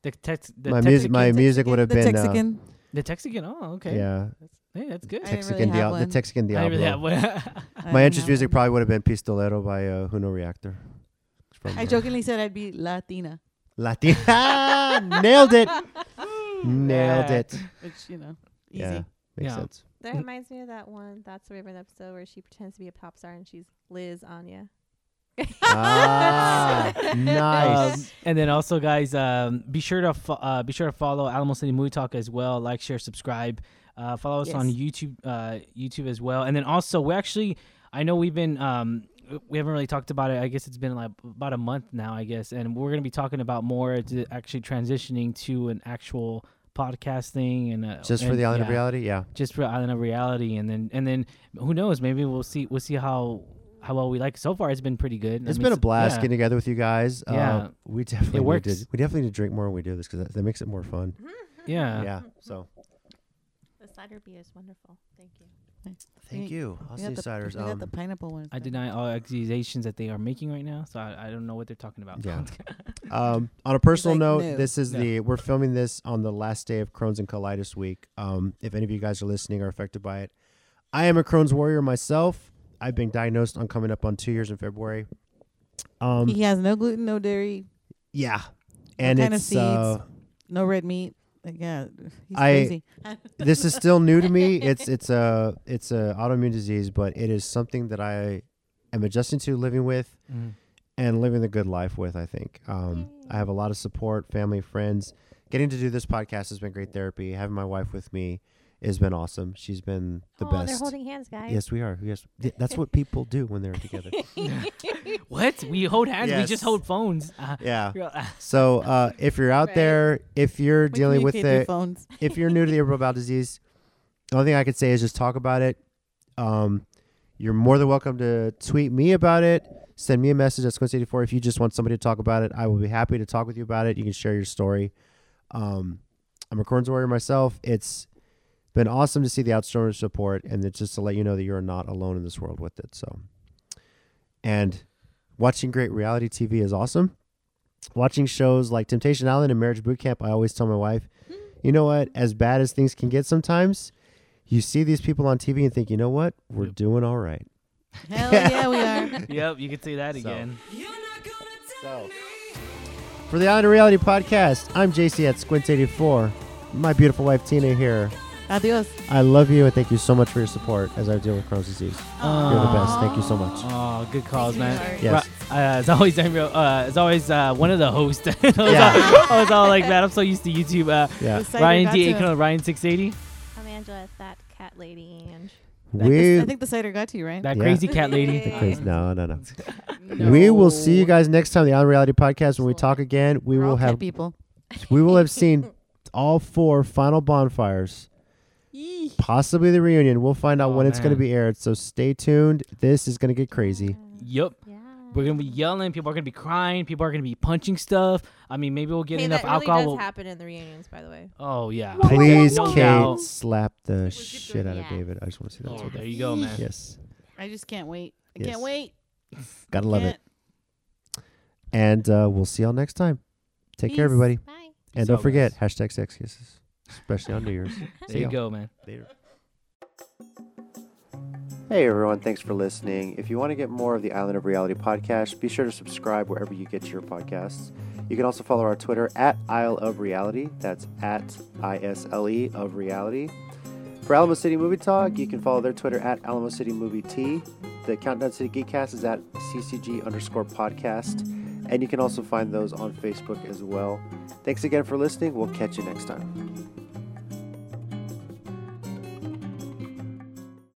F: The tex, the
A: my music, my
F: Texican-
A: music would have
C: the
A: been. Uh,
C: Texican.
F: the Texican. Oh, okay.
A: Yeah,
F: Hey, that's good.
C: I didn't
A: Texican
C: really have
A: Diablo. The
C: one.
A: Texican
F: I didn't
A: Diablo.
F: really have one.
C: I
A: my
C: don't
A: entrance
C: know.
A: music probably would have been Pistolero by uh, Juno Reactor. It's from,
C: I
A: uh,
C: jokingly said I'd be Latina,
A: Latina. Nailed it. Nailed
F: Yeah.
A: it.
C: which you know, easy.
A: Yeah, makes
F: Yeah.
A: sense.
E: That reminds me of that one That's the Raven episode where she pretends to be a pop star and she's Liz Anya.
A: ah,
F: Um,
A: nice.
F: and then also, guys, um, be sure to fo- uh, be sure to follow Alamo City Movie Talk as well. Like, share, subscribe. Uh, follow us on YouTube, uh, YouTube as well. And then also, we actually, I know we've been, um, we haven't really talked about it. I guess it's been like about a month now, I guess. And we're gonna be talking about more to actually transitioning to an actual podcast thing and uh,
A: Just for
F: and-
A: the island of
F: yeah
A: reality, yeah.
F: just for Island of Reality, and then and then who knows? Maybe we'll see we'll see how how well we like. it. So far, it's been pretty good. It's
A: It's been a blast
F: Yeah.
A: getting together with you guys.
F: Yeah.
A: Uh, we definitely need to-
F: works.
A: we definitely need to drink more when we do this because that, that makes it more fun.
F: yeah.
A: yeah. So
E: The cider beer is wonderful. Thank you.
A: thank
C: You-
A: you. I'll
C: We
A: see
C: got the,
A: ciders.
C: we got
A: Um,
C: the pineapple one.
F: I deny all accusations that they are making right now, so I, I don't know what they're talking about.
A: Yeah. um, on a personal
C: like,
A: note,
C: no.
A: this is
F: No.
A: the we're filming this on the last day of Crohn's and Colitis Week. Um, if any of you guys are listening are affected by it, I am a Crohn's warrior myself. I've been diagnosed on coming up on two years in February. Um,
C: He has no gluten, no dairy,
A: yeah, and
C: kind of
A: it's uh,
C: no red meat. Like, yeah, he's
A: I-
C: crazy.
A: this is still new to me. It's it's a it's a autoimmune disease, but it is something that I am adjusting to living with
F: Mhm.
A: and living the good life with. I think um, I have a lot of support, family, friends. Getting to do this podcast has been great therapy. Having my wife with me has been awesome. She's been the
E: oh,
A: best.
E: they're holding hands, guys.
A: yes, we are. Yes, Th- that's what people do when they're together.
F: What? We hold hands. We
A: Yes.
F: just hold phones. Uh,
A: yeah.
F: real-
A: So uh, if you're out there, if you're dealing with
C: communicate through
A: it,
C: phones.
A: if you're new to the irritable bowel disease, the only thing I could say is just talk about it. Um, you're more than welcome to tweet me about it. Send me a message at Squints84 if you just want somebody to talk about it. I will be happy to talk with you about it. You can share your story. Um, I'm a Crohn's warrior myself. It's been awesome to see the outstanding support, and it's just to let you know that you're not alone in this world with it. So, and watching great reality TV is awesome. Watching shows like Temptation Island and Marriage Boot Camp, I always tell my wife, you know what? As bad as things can get sometimes, you see these people on TV and think, you know what? We're doing all right.
C: Hell yeah, we are.
F: yep, you could say that again.
A: So, for the Island of Reality podcast, I'm JC at Squint84. My beautiful wife Tina here.
C: Adios.
A: I love you and thank you so much for your support as I deal with Crohn's disease. You're the best. Thank you so much.
F: Oh, good calls, man.
A: Yes.
F: Ro- Uh, as always, I'm real, uh, as always, uh, one of the hosts. I, was
A: Yeah.
F: all, I was all like that. I'm so used to YouTube. Uh,
A: Yeah.
C: Decided
F: Ryan
C: not
F: D.
C: to-
F: Aikner, Ryan 680.
E: I'm Angela, that cat lady, and
A: We
C: I think the cider got to you, right?
F: That
A: Yeah.
F: crazy cat lady.
A: Please, no, no, no. We will see you guys next time, the Island of Reality podcast. When we talk again, we
C: We're all
A: will
C: cat
A: have
C: people.
A: we will have seen all four final bonfires. possibly the reunion. We'll find out
F: Oh,
A: when it's going to
F: man.
A: be aired. So stay tuned. This is going to get crazy.
F: Yep.
E: yeah.
F: We're gonna be yelling. People are gonna be crying. People are gonna be punching stuff. I mean, maybe we'll get
J: Hey,
F: enough
J: that really
F: alcohol.
J: does
F: We'll-
J: happen in the reunions, by the way.
F: oh yeah.
A: Please,
F: No
A: Kate,
F: doubt.
A: slap the shit out of
E: yeah.
A: David. I just want to see that.
F: Oh,
A: too.
F: there you go, man.
A: Yes.
C: I just can't wait. I
A: Yes.
C: can't wait.
A: Gotta love
C: Can't-
A: it. And uh, we'll see y'all next time. Take care,
E: Peace.
A: everybody.
E: Bye.
A: And
F: Peace
A: don't
F: out,
A: forget, hashtag sex kisses, especially on New Year's.
F: There you go, man.
A: Later. Hey everyone, thanks for listening. If you want to get more of the Island of Reality podcast, be sure to subscribe wherever you get your podcasts. You can also follow our Twitter at Isle of Reality. That's at I S L E of Reality. For Alamo City Movie Talk, you can follow their Twitter at Alamo City Movie T. The Countdown City Geekcast is at CCG underscore podcast. And you can also find those on Facebook as well. Thanks again for listening. We'll catch you next time.